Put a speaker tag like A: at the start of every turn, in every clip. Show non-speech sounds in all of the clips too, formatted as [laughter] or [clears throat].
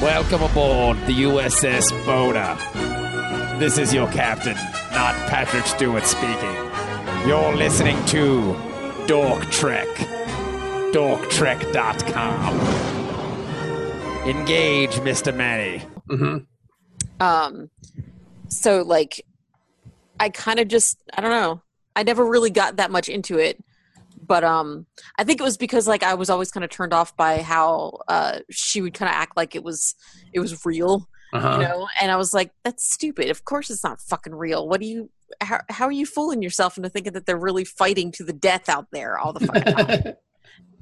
A: Welcome aboard the USS Boda. This is your captain, not Patrick Stewart speaking. You're listening to Dork Trek. DorkTrek.com. Engage, Mr. Manny.
B: Um, so like, I kind of just I don't know. I never really got that much into it, but um, I think it was because like I was always kind of turned off by how uh she would kind of act like it was it was real,
C: Uh-huh.
B: you know. And I was like, that's stupid. Of course it's not fucking real. What do you? How, how are you fooling yourself into thinking that they're really fighting to the death out there all the fucking time?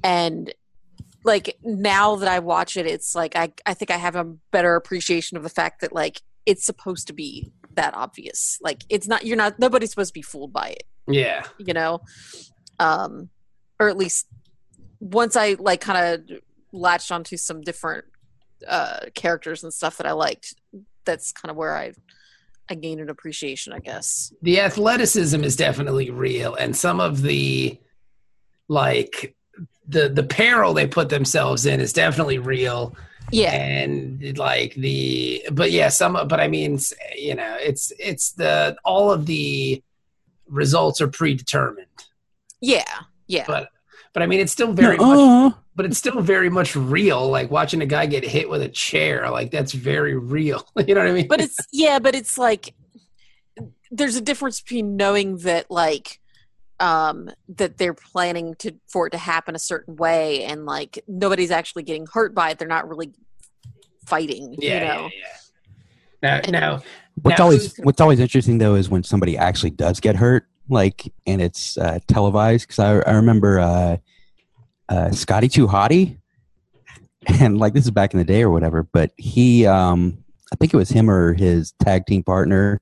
B: and like now that i watch it it's like i i think i have a better appreciation of the fact that like it's supposed to be that obvious like it's not you're not nobody's supposed to be fooled by it
C: yeah.
B: you know um or at least once i like kind of latched onto some different uh characters and stuff that i liked that's kind of where i i gained an appreciation i guess
C: [laughs] The athleticism is definitely real and some of the like the the peril they put themselves in is definitely real
B: yeah
C: and like the but yeah some but I mean s- you know it's it's the all of the results are predetermined
B: yeah yeah
C: but but I mean it's still very much
A: oh,
C: but it's still very much real like watching a guy get hit with a chair like that's very real [laughs] you know what i mean
B: but it's yeah but it's like there's a difference between knowing that like um that they're planning to for it to happen a certain way and like nobody's actually getting hurt by it they're not really fighting
C: yeah,
B: you know
C: yeah, yeah. now now
D: What's
C: Now-
D: always what's always interesting though is when somebody actually does get hurt, like and it's uh, televised. Because I, I remember uh, uh, Scotty Too Hottie, [laughs] and like this is back in the day or whatever. But he, um, I think it was him or his tag team partner,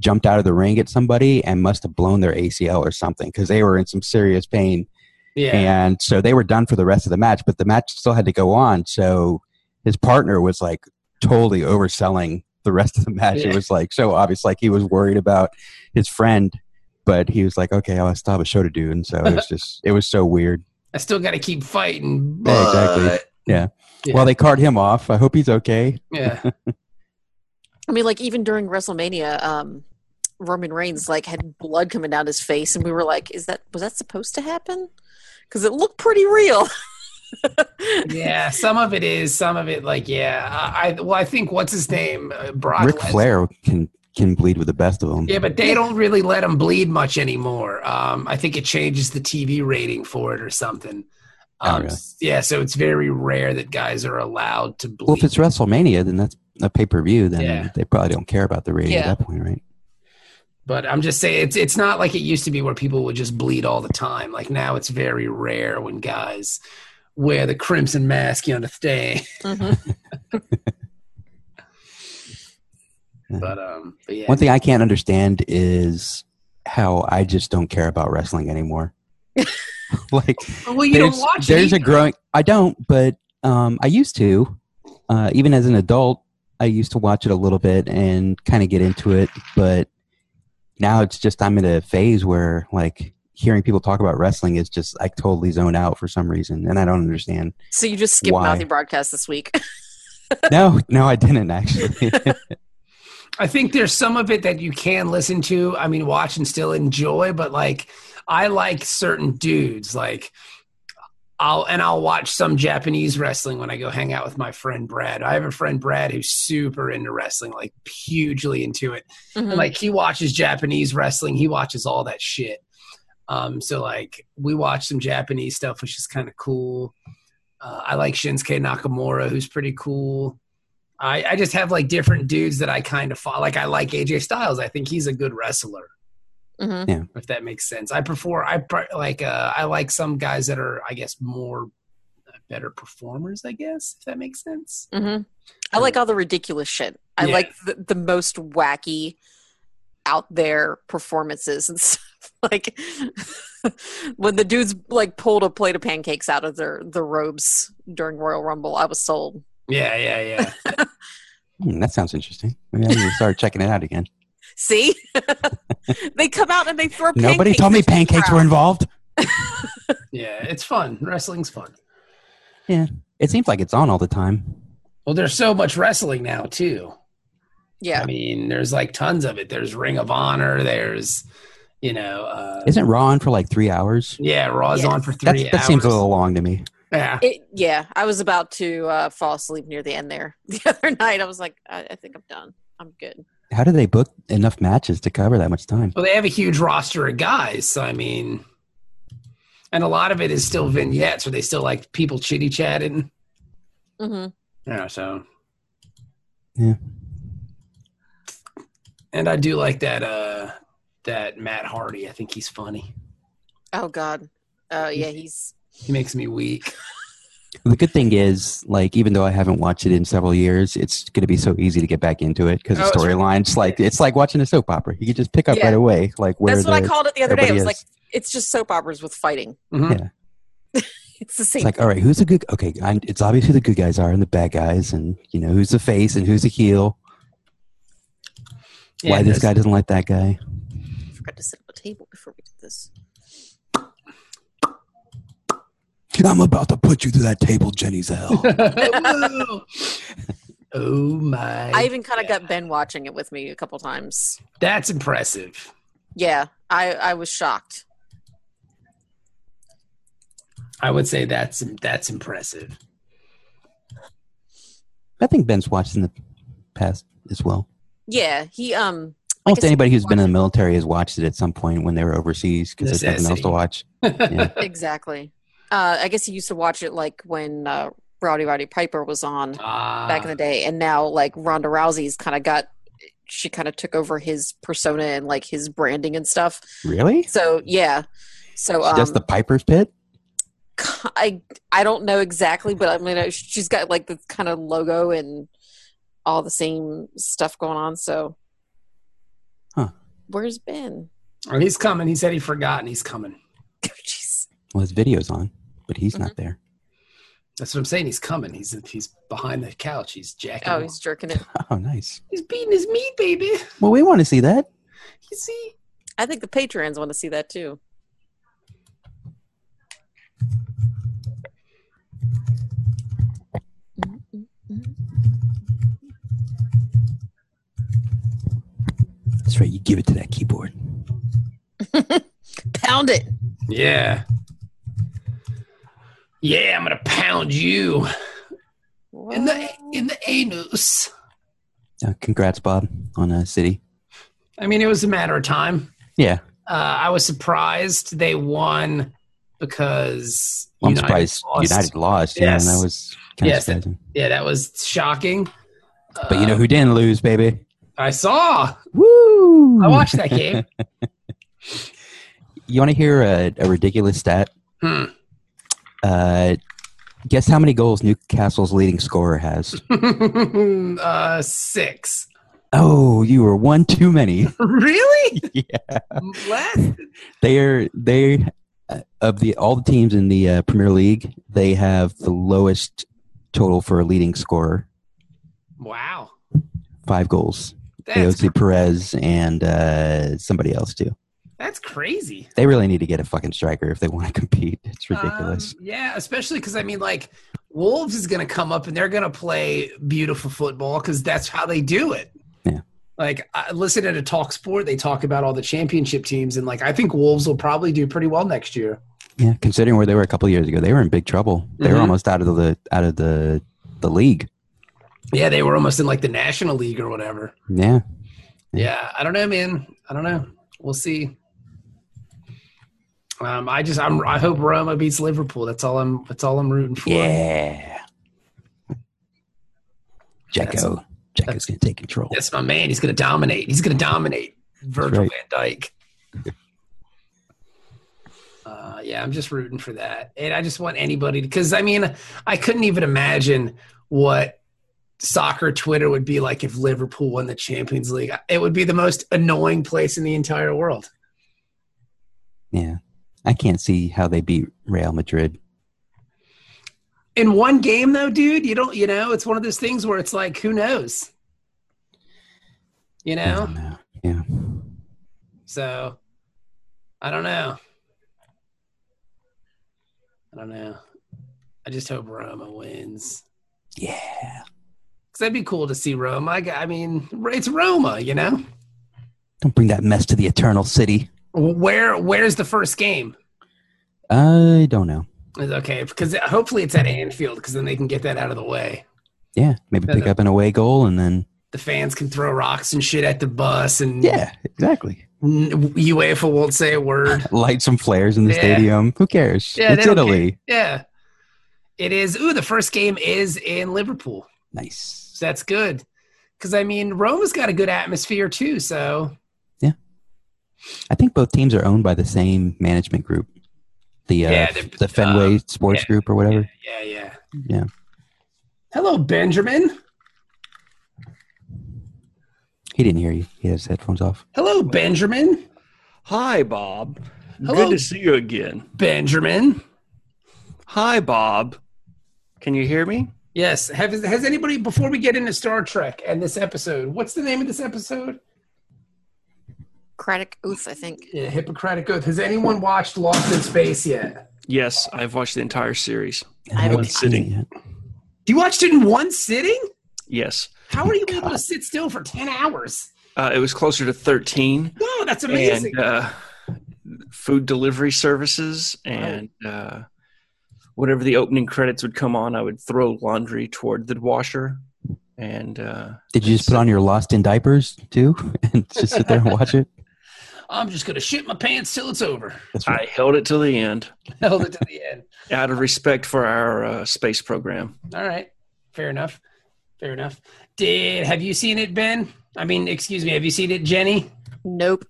D: jumped out of the ring at somebody and must have blown their ACL or something because they were in some serious pain.
C: yeah
D: And so they were done for the rest of the match, but the match still had to go on. So his partner was like totally overselling the rest of the match.
C: Yeah.
D: It was like so obvious, like he was worried about his friend, but he was like, okay, I still have a show to do. And so it
C: [laughs]
D: was just, it was so weird.
C: I still got to keep fighting.
D: Yeah, exactly.
C: but- Yeah.
D: Well, they cart him off. I hope he's okay.
C: Yeah.
B: i mean like even during wrestlemania um roman reigns like had blood coming down his face and we were like is that was that supposed to happen because it looked pretty real
C: yeah. Some of it is. Some of it, like, yeah. I, I well, I think what's his name, uh, Brock.
D: Ric
C: Les-
D: Flair can can bleed with the best of them.
C: Yeah, but they don't really let him bleed much anymore. Um, I think it changes the TV rating for it or something.
D: Oh,
C: Um,
D: really?
C: Yeah, so it's very rare that guys are allowed to bleed.
D: Well, if it's WrestleMania, then that's a pay per view. Then
C: Yeah.
D: they probably don't care about the rating
B: Yeah.
D: at that point, right?
C: but I'm just saying, it's it's not like it used to be where people would just bleed all the time. Like now, it's very rare when guys wear the crimson mask. You understand?
B: Mhm.
C: [laughs] But um, but yeah.
D: One thing I can't understand is how I just don't care about wrestling
C: [laughs]
D: anymore. like
C: well, you
D: there's,
C: don't watch.
D: there's
C: it
D: a growing I don't, but um, I used to. Uh, even as an adult, I used to watch it a little bit and kind of get into it, but now it's just I'm in a phase where like hearing people talk about wrestling is just I totally zone out for some reason and I
C: [laughs]
D: don't understand.
B: [laughs] so you just skipped
D: Why?
B: mouthy broadcast this week
D: no, no I didn't actually. [laughs]
C: I think there's some of it that you can listen to. I mean, watch and still enjoy, but like I like certain dudes. Like I'll and I'll watch some Japanese wrestling when I go hang out with my friend Brad. I have a friend Brad who's super into wrestling, like hugely into it.
B: Mhm. [laughs]
C: And, like he watches Japanese wrestling, he watches all that shit. Um, so like we watch some Japanese stuff, which is kind of cool. Uh, I like Shinsuke Nakamura, who's pretty cool. I, I just have like different dudes that I kind of follow. Like I like AJ Styles. I think he's a good wrestler,
B: Mhm.
C: if that makes sense. I prefer I pre- like uh, I like some guys that are I guess more uh, better performers. I guess if that makes sense.
B: hmm I like all the ridiculous shit. I
C: Yeah.
B: like the, the most wacky, out there performances and [laughs] stuff. like when the dudes like pulled a plate of pancakes out of their the robes during Royal Rumble, I was sold.
C: Yeah, yeah, yeah. [laughs]
D: Hmm, that sounds interesting. Maybe I need to start checking it out again.
B: See, [laughs] they come out and they throw. Pancakes
D: Nobody told me
B: into the
D: pancakes
B: crowd.
D: were involved.
C: yeah, it's fun. Wrestling's fun.
D: It seems like it's on all the time.
C: Well, there's so much wrestling now too.
B: Yeah.
C: I mean, there's like tons of it. There's Ring of Honor. There's, you know, uh,
D: Isn't Raw on for like three hours?
C: yeah, Raw's
B: Yes.
C: on for three
D: That's, that seems a
C: hours.
D: little long to me.
C: Yeah.
B: It, yeah, I was about to uh, fall asleep near the end there [laughs] the other night. I was like, I, I think I'm done. I'm good.
D: How do they book enough matches to cover that much time?
C: Well, they have a huge roster of guys. So I mean, and a lot of it is still vignettes where they still like people chitty chatting.
B: hmm
C: Yeah. So.
D: Yeah.
C: And I do like that. uh That Matt Hardy. I think he's funny.
B: Oh God. Oh yeah, he's
C: He makes me weak.
D: The good thing is, like, even though I haven't watched it in several years, it's going to be so easy to get back into it because
C: Oh,
D: the
C: it's-
D: storylines, like, it's like watching a soap opera. You can just pick up
B: Yeah.
D: right away, like where
B: that's what I
D: the-
B: called it the other day. It was
D: everybody
B: like
D: is.
B: it's just soap operas with fighting.
C: Mhm.
B: [laughs] It's the
D: It's
B: same.
D: like, all right, who's the good? Okay, i it's obvious who the good guys are and the bad guys, and you know who's the face and who's the heel.
C: Yeah,
D: why this
C: there's-
D: guy doesn't like that guy?
B: I forgot to set up a table before we did this.
D: I'm about to put you through that table, Jenny Zell.
C: Whoa. [laughs] oh my!
B: I even kind of got Ben watching it with me a couple times.
C: That's impressive.
B: Yeah, I I was shocked.
C: I would say that's that's impressive.
D: [laughs] I think Ben's watched in the past as well.
B: Yeah, he um
D: [laughs] Almost
B: guess-
D: anybody who's been in the military has watched it at some point when they were overseas because there's nothing else
C: Necessity.
D: to watch. [laughs] Yeah.
B: exactly. Uh, I guess he used to watch it like when uh, Rowdy Roddy Piper was on
C: Ah,
B: back in the day, and now like Ronda Rousey's kind of got she kind of took over his persona and like his branding and stuff.
D: Really?
B: So yeah, so um,
D: Just the Piper's Pit?
B: I I don't know exactly, but I mean I- she's got like the kind of logo and all the same stuff going on. So,
D: Huh.
B: where's Ben? [laughs]
C: Oh, he's coming. He said he forgot, and he's coming.
B: Jeez.
D: Well, his video's on, but he's
B: Mm-hmm.
D: not there. [laughs]
C: That's what I'm saying. He's coming. He's he's behind the couch. He's jacking.
B: Oh,
C: off.
B: he's jerking it.
D: Oh, nice.
C: He's beating his meat, baby.
D: Well, we want to see that.
C: You see?
B: I think the patrons want to see that too.
D: That's right. You give it to that keyboard.
B: Pound it.
C: Yeah. Yeah, I'm gonna pound you in the in the anus.
D: Uh, congrats, Bob, on uh, City.
C: I mean, it was a matter of time.
D: Yeah.
C: Uh, I was surprised they won because
D: Well, I'm
C: United
D: surprised
C: lost.
D: United lost. Yeah,
C: Yes.
D: and that was kind
C: Yes.
D: of surprising.
C: Yeah, that was shocking.
D: But you know
C: Uh,
D: who didn't lose, baby?
C: I saw.
D: Woo!
C: I watched that game.
D: [laughs] You want to hear a, a ridiculous stat?
C: Hmm. [laughs]
D: Uh, guess how many goals Newcastle's leading scorer has?
C: uh, six.
D: oh, you were one too many.
C: Really?
D: [laughs] yeah,
C: Less?
D: they are. They uh, of the all the teams in the uh, Premier League, they have the lowest total for a leading scorer,
C: Wow.
D: five goals.
C: That's,
D: AOC Perez and uh, somebody else too.
C: that's crazy.
D: They really need to get a fucking striker if they want to [laughs] compete. It's ridiculous.
C: Um, yeah, especially because I mean, like, Wolves is going to come up and they're going to play beautiful football because that's how they do it.
D: Yeah.
C: Like, I listen to Talk Sport, they talk about all the championship teams, and like, I think Wolves will probably do pretty well next year.
D: Yeah, considering where they were a couple years ago, they were in big trouble. They
C: Mhm.
D: were almost out of the out of the the league.
C: Yeah, they were almost in like the National League or whatever.
D: Yeah,
C: Yeah, I don't know, man. I don't know. We'll see. Um, I just I'm I hope Roma beats Liverpool. That's all I'm that's all I'm rooting for.
D: yeah.
C: That's-
D: Jacko, Jacko's gonna take control.
C: That's my man. He's gonna dominate. He's gonna dominate Virgil
D: right.
C: van Dyke. [laughs] Uh, yeah, I'm just rooting for that. And I just want anybody because I mean, I couldn't even imagine what soccer Twitter would be like if Liverpool won the Champions League. It would be the most annoying place in the entire world.
D: Yeah, I can't see how they beat Real Madrid.
C: in one game though dude you don't you know it's one of those things where it's like who knows you
D: I
C: know
D: don't know. Yeah,
C: so i don't know i don't know i just hope roma wins
D: yeah.
C: Because that'd be cool to see Roma. I, g- I mean, it's Roma, you know.
D: Don't bring that mess to the Eternal City.
C: Where where's the first game?
D: I don't know.
C: Is Okay, because hopefully it's at Anfield, because then they can get that out of the way.
D: Yeah, maybe pick up an away goal and then.
C: The fans can throw rocks and shit at the bus, and
D: Yeah, exactly.
C: n- UEFA won't say a word.
D: Light some flares in the
C: Yeah.
D: stadium. Who cares?
C: Yeah, they
D: it's
C: don't care.
D: Italy.
C: Yeah, it is. Ooh, the first game is in Liverpool.
D: Nice.
C: So that's good. Because I mean, Roma's got a good atmosphere too. So
D: I think both teams are owned by the same management group, the uh,
C: Yeah, they're- um,
D: the Fenway Sports
C: yeah,
D: Group or whatever.
C: yeah, yeah.
D: Yeah.
C: Hello, Benjamin.
D: He didn't hear you. He had his headphones off.
C: Hello, Benjamin.
E: Hi, Bob.
C: Hello.
E: Good to see you again.
C: Benjamin.
E: Hi, Bob. Can you hear me?
C: Yes. Have, has anybody before we get into Star Trek and this episode? What's the name of this episode?
B: Craddock Oath, I think.
C: Yeah, Hippocratic Oath. Has anyone watched Lost in Space yet?
E: Yes, I've watched the entire series.
B: I haven't
D: seen
E: sitting.
D: it yet.
C: You watched it in one sitting?
E: Yes.
C: How are you able to sit still for ten hours?
E: Uh, it was closer to 13.
C: Wow, that's amazing.
E: And uh, food delivery services and uh, whatever the opening credits would come on, I would throw laundry toward the washer. And uh,
D: Did you just put on your Lost in Diapers too [laughs] and just sit there and watch it?
C: I'm just gonna shit my pants till it's over.
D: That's right.
E: I held it till the end
C: Held it to the end. [laughs]
E: out of respect for our uh, space program.
C: All right. Fair enough. Fair enough. Did have you seen it, Ben? I mean, excuse me, have you seen it, Jenny?
B: Nope.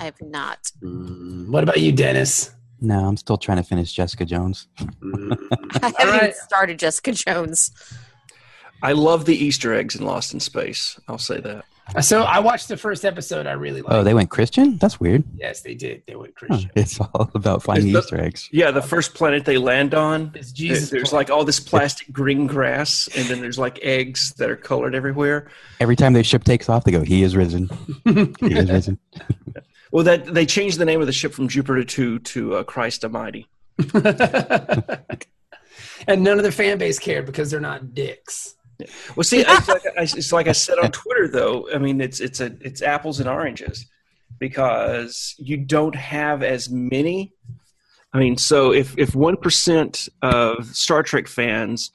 B: I have not. [laughs]
D: Mm.
C: What about you, Dennis?
D: no, I'm still trying to finish Jessica Jones.
B: I haven't even
C: right.
B: started Jessica Jones.
E: I love the Easter eggs in Lost in Space. I'll say that.
C: so I watched the first episode. I really liked.
D: Oh, they went Christian? That's weird.
C: it. yes, they did. They went
D: Huh.
C: Christian.
D: It's all about finding
E: the-
D: Easter eggs.
E: Yeah, the first planet they land on,
C: It's
E: there-
C: Jesus.
E: there's like all this plastic green grass, and then there's like eggs that are colored everywhere.
D: Every time their ship takes off, they go, "He is risen. He is risen."
E: Well, that they changed the name of the ship from Jupiter Two to uh, Christ Almighty.
C: [laughs] and none of the fan base cared because they're not dicks.
E: Well, see, it's like, I, it's like I said on Twitter, though. I mean, it's it's a it's apples and oranges because you don't have as many. I mean, so if if one percent of Star Trek fans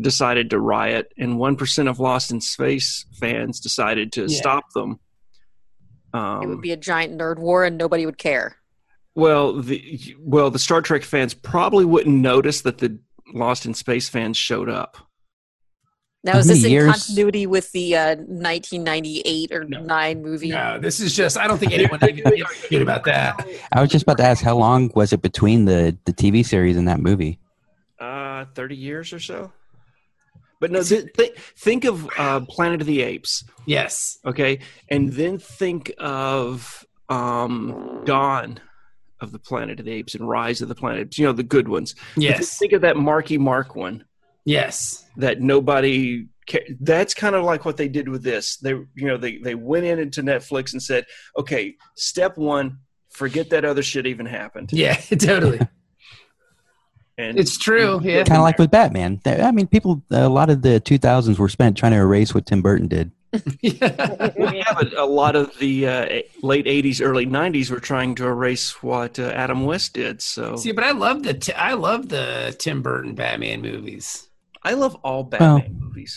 E: decided to riot, and one percent of Lost in Space fans decided to
C: Yeah.
E: stop them, um,
B: It would be a giant nerd war and nobody would care.
E: Well, the well, the Star Trek fans probably wouldn't notice that the Lost in Space fans showed up.
B: Now,
D: How
B: is this
D: many
B: in
D: years-
B: continuity with the uh, 1998 or 9 movie?
C: No, this is just. I don't think anyone even
D: [laughs]
C: gives a shit about that.
D: I was just about to ask, how long was it between the the TV series and that movie?
E: Uh, Thirty years or so. But no, th- th- think of uh, Planet of the Apes,
C: Yes.
E: okay, and then think of um, Dawn of the Planet of the Apes and Rise of the Planet. of the Apes, You know the good ones. But then
C: Yes.
E: Think of that Marky Mark one.
C: Yes.
E: that nobody ca- that's kind of like what they did with this they you know they they went in into netflix and said okay step one forget that other shit even happened
C: Yeah. [laughs] Totally.
E: and
C: It's true. Yeah.
D: Kind of like with Batman. There- I mean, people. A lot of the 2000s were spent trying to erase what Tim Burton did.
C: [laughs] yeah.
E: we have a, a lot of the uh, late 80s early 90s were trying to erase what uh, adam west did so
C: See, but I love the t- I love the Tim Burton Batman movies.
E: i love all batman movies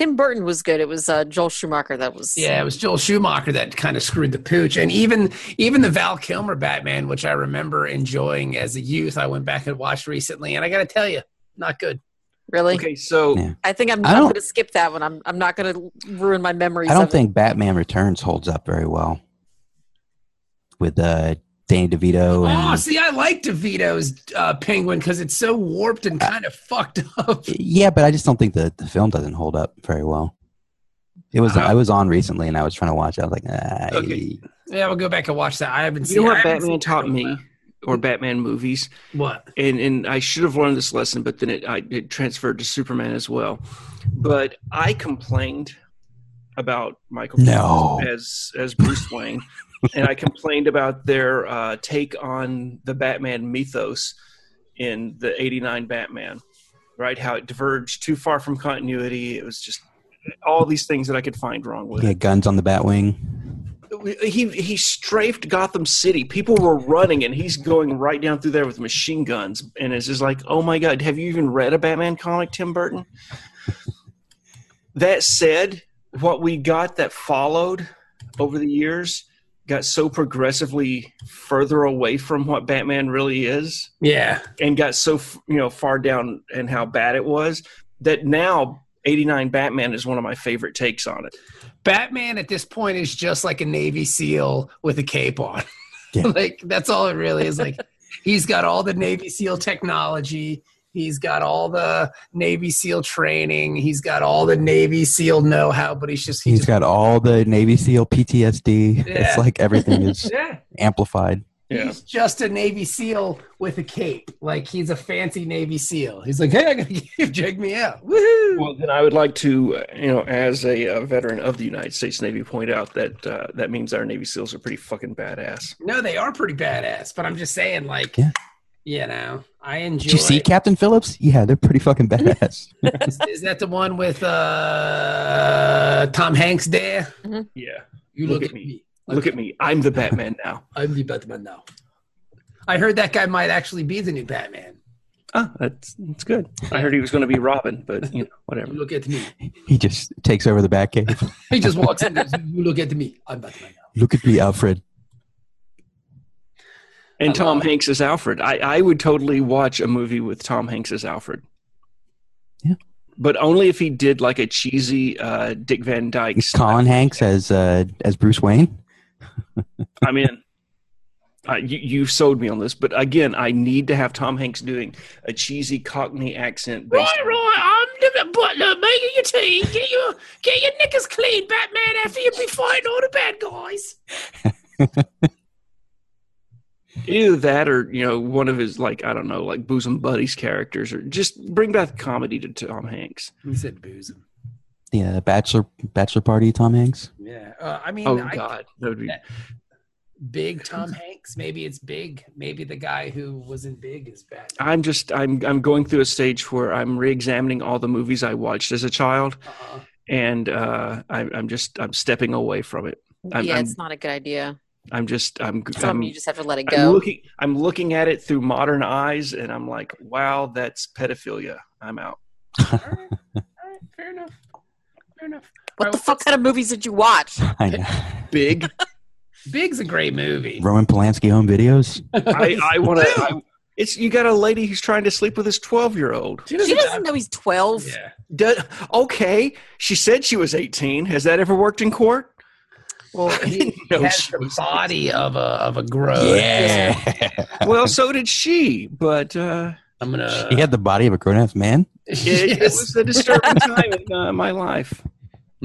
B: Tim Burton was good. It was uh, Joel Schumacher that was.
C: Yeah, it was Joel Schumacher that kind of screwed the pooch, and even even the Val Kilmer Batman, which I remember enjoying as a youth, I went back and watched recently, and I got to tell you, not good.
B: Really?
E: okay so
D: Yeah.
B: I think I'm,
D: I
B: I'm
D: don't-
B: going to skip that one. I'm, I'm not going to ruin my memories
D: I
B: of
D: don't think Batman Returns holds up very well with uh, Danny DeVito
C: Oh,
D: and
C: see, I like DeVito's uh, Penguin because it's so warped and kind of fucked up.
D: yeah, but I just don't think the the film doesn't hold up very well. It was
C: Uh-huh.
D: I was on recently and I was trying to watch. it. I was like, ah,
E: Okay.
C: Yeah, we'll go back and watch that. I haven't
E: you
C: seen.
E: know
C: I
E: what
C: haven't
E: batman
C: seen
E: taught
C: that in a
E: me
C: while.
E: or batman movies
C: What?
E: and and I should have learned this lesson, but then it I, it transferred to Superman as well. But I complained about Michael
D: No.
E: Keaton as as Bruce Wayne, and I complained about their uh, take on the Batman mythos in the '89 Batman, right? How it diverged too far from continuity. It was just all these things that I could find wrong with.
D: Yeah, guns on the Batwing.
E: it. He he strafed Gotham City. People were running, and he's going right down through there with machine guns. And it's just like, oh my god, have you even read a Batman comic, Tim Burton? that said, what we got that followed over the years got so progressively further away from what Batman really is
C: Yeah.
E: and got so f- you know far down and how bad it was that now 89 batman is one of my favorite takes on it
C: Batman at this point is just like a Navy SEAL with a cape on. [laughs]
D: Yeah.
C: like that's all it really is. Like he's got all the Navy SEAL technology. He's got all the Navy SEAL training. He's got all the Navy SEAL know-how, but he's just he
D: He's
C: just-
D: got all the Navy SEAL PTSD. It's
C: Yeah.
D: like
C: [laughs]
D: everything is
C: yeah.
D: amplified.
E: yeah
C: He's just a Navy SEAL with a cape. Like he's a fancy Navy SEAL. He's like, hey, I got a [laughs] cape. Check me out. Woohoo!
E: well then i would like to uh, you know as a, uh veteran of the united states navy point out that uh, that means our navy seals are pretty fucking badass
C: no, they are pretty badass. But I'm just saying, like,
D: Yeah.
C: you know, I enjoy.
D: Did you see Captain Phillips? Yeah, they're pretty
C: [laughs]
D: fucking badass.
C: is, is that the one with uh Tom Hanks there?
E: yeah
C: You
E: Look at me. look at me i'm the batman now
C: I'm the Batman now. I heard that guy might actually be the new Batman.
E: [laughs] ah that's that's good i heard he was going to be robin but you know whatever
C: You look at me.
D: he just takes over the Batcave.
C: He just walks in. and goes, You look at me. I'm Batman now.
D: Look at me, Alfred.
E: [laughs] and tom hanks is alfred i i would totally watch a movie with tom hanks as alfred
D: Yeah.
E: but only if he did like a cheesy uh, Dick Van Dyke.
D: Is Colin Hanks as uh, as Bruce Wayne?
E: I'm in. Uh, you, you've sold me on this, but again, I need to have Tom Hanks doing a cheesy Cockney accent. Based
C: Roy, I'm the butler. Making your tea. Get your get your knickers clean, Batman. After you be fighting all the bad guys.
E: [laughs] either that, or you know, one of his like I don't know, like bosom buddies characters, or just bring back comedy to Tom Hanks.
C: He said booze him.
D: Yeah, uh, bachelor bachelor party. Tom Hanks.
C: Yeah. Uh, I mean,
E: Oh
C: I-
E: God, that would be.
C: big Tom Hanks. Maybe it's big. Maybe the guy who was in Big is Batman.
E: I'm just I'm I'm going through a stage where I'm re-examining all the movies I watched as a child,
C: Uh-uh.
E: and uh, I'm I'm just I'm stepping away from it. I'm-
B: yeah,
E: I'm-
B: it's not a good idea.
E: I'm just I'm
B: Some
E: I'm,
B: you just have to let it
E: I'm
B: go.
E: looking I'm looking at it through modern eyes and I'm like, wow, that's pedophilia. I'm
C: [laughs]
E: out.
C: Fair enough. Fair enough.
B: what the fuck kind of movies did you
E: [laughs]
B: watch?
D: I know.
C: [laughs]
E: Big.
C: Big's a great movie.
D: Roman Polanski home videos.
E: I, I wanna I, it's you got a lady who's trying to sleep with this twelve year old.
C: She
B: She doesn't know he's twelve.
C: Yeah.
E: Okay. She said she was eighteen. Has that ever worked in court?
C: Well,
E: [laughs]
C: he
E: No,
C: has
E: she
C: the
E: was-
C: body of a of a grown.
E: Well, so did she, but
C: [laughs]
E: uh
C: I'm
E: [laughs]
C: gonna.
D: [laughs] he had the body of a grown ass man.
E: it, it
C: Yes.
E: was
C: [laughs]
E: a disturbing time in uh, my life.
C: Mm,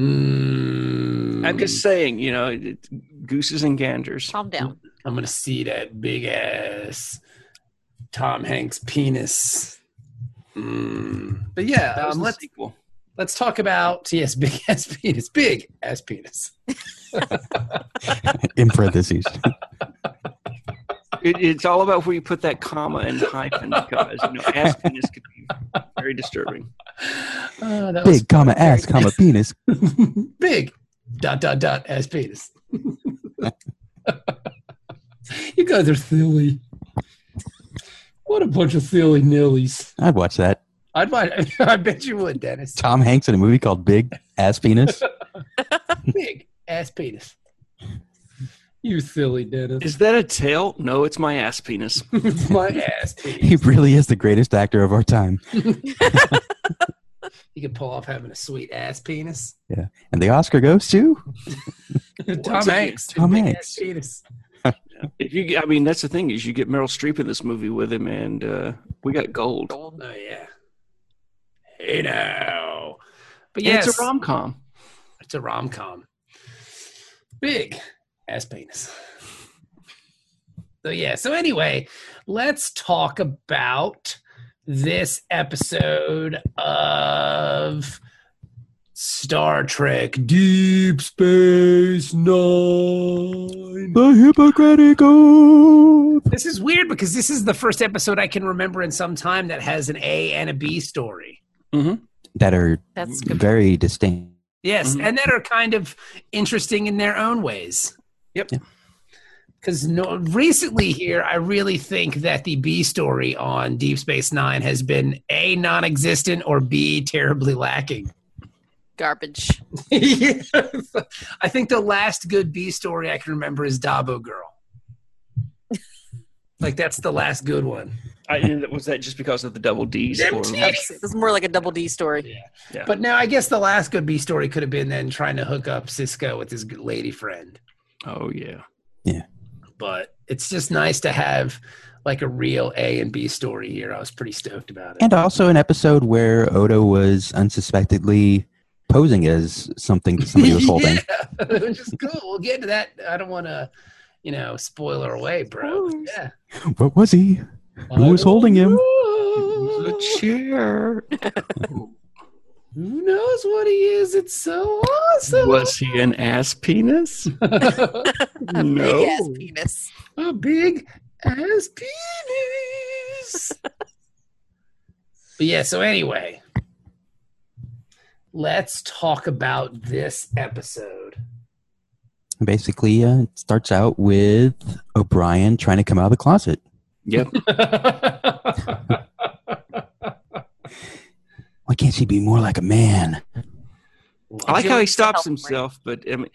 C: Um,
E: I'm just saying, you know, it, it- gooses and ganders.
B: Calm down.
C: I'm gonna see that big ass Tom Hanks penis. Mm. But yeah,
E: That was
C: um,
E: the
C: let's
E: sequel.
C: let's talk about yes, [laughs] big ass penis, big ass penis.
B: [laughs]
D: In parentheses.
E: It, it's all about where you put that comma and hyphen because you know ass penis could be very disturbing.
C: Uh, that
D: Big comma ass comma penis.
C: was big dot dot dot ass penis. [laughs] you guys are silly. What a bunch of silly nillies.
D: I'd watch that.
C: I'd buy, [laughs] I bet you would,
D: [laughs]
C: Dennis.
D: Tom Hanks in a movie called Big
B: [laughs]
D: Ass Penis.
C: Big ass penis. You silly Dennis.
E: Is that a tail? No, it's my ass penis.
C: It's [laughs] my ass penis.
D: He really is the greatest actor of our time.
C: You can pull off having a sweet ass penis.
D: And the Oscar goes to
C: [laughs] Tom
E: again,
C: Hanks.
D: Tom
C: Big ass
D: Hanks.
C: penis.
E: If you, get- I mean, that's the thing is you get Meryl Streep in this movie with him, and uh, we got gold.
C: Oh yeah. Hey now. But
E: Yeah,
C: yes,
E: it's a rom com.
C: It's a rom com. Big ass penis. So yeah. So anyway, let's talk about this episode of Star Trek Deep Space Nine.
D: the Hippocratic Oath.
C: This is weird because this is the first episode I can remember in some time that has an A and a B story.
D: That are
E: Mm-hmm.
B: That's good.
D: very distinct.
C: Yes,
E: Mhm.
C: and that are kind of interesting in their own ways.
E: Yep.
D: Yeah.
C: Because no, recently here, I really think that the B story on Deep Space Nine has been a non-existent or B terribly lacking. [laughs]
B: Garbage.
C: Yes. I think the last good B story I can remember is Dabo Girl. like that's the last good one.
E: I, and was that just because of the double D's? Or,
B: It was more like a double D story.
E: Yeah.
C: But now I guess the last good B story could have been then trying to hook up Cisco with his good lady friend.
E: oh yeah.
C: But it's just nice to have like a real A and B story here. I was pretty stoked about it. [laughs]
D: And also an episode where Odo was unsuspectingly posing as something that somebody
B: [laughs]
D: was holding.
C: yeah, [laughs] which is cool. We'll get to that. I don't want to, you know, spoiler away, bro.
B: Spoilers.
C: Yeah.
D: what was he? Who was holding him?
C: Who
E: chair.
C: knows what he is? It's so awesome.
E: [laughs] Was he an ass penis?
B: Big
E: no.
B: ass penis.
C: [laughs] a big ass penis. but yeah, so anyway, let's talk about this episode.
D: Basically, uh, it starts out with O'Brien trying to come out of the closet.
E: Yep.
D: Why can't she be more like a man?
E: I like how he
B: Help, right?
E: stops himself, but I mean,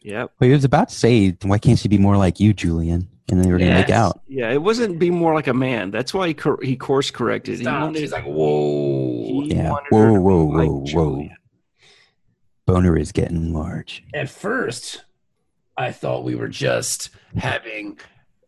E: yep.
D: Well, he was about to say, why can't she be more like you, Julian? And they were going to make
C: Yes.
D: out.
E: Yeah, it wasn't be more like a man. That's why he cor- he course corrected. He
C: Stop. He's
E: wanted,
C: like, whoa.
E: he
D: Yeah.
E: wanted her
D: Whoa,
E: to
D: whoa,
E: be like
D: whoa, whoa.
E: Julia.
D: Boner is getting large.
C: At first, I thought we were just having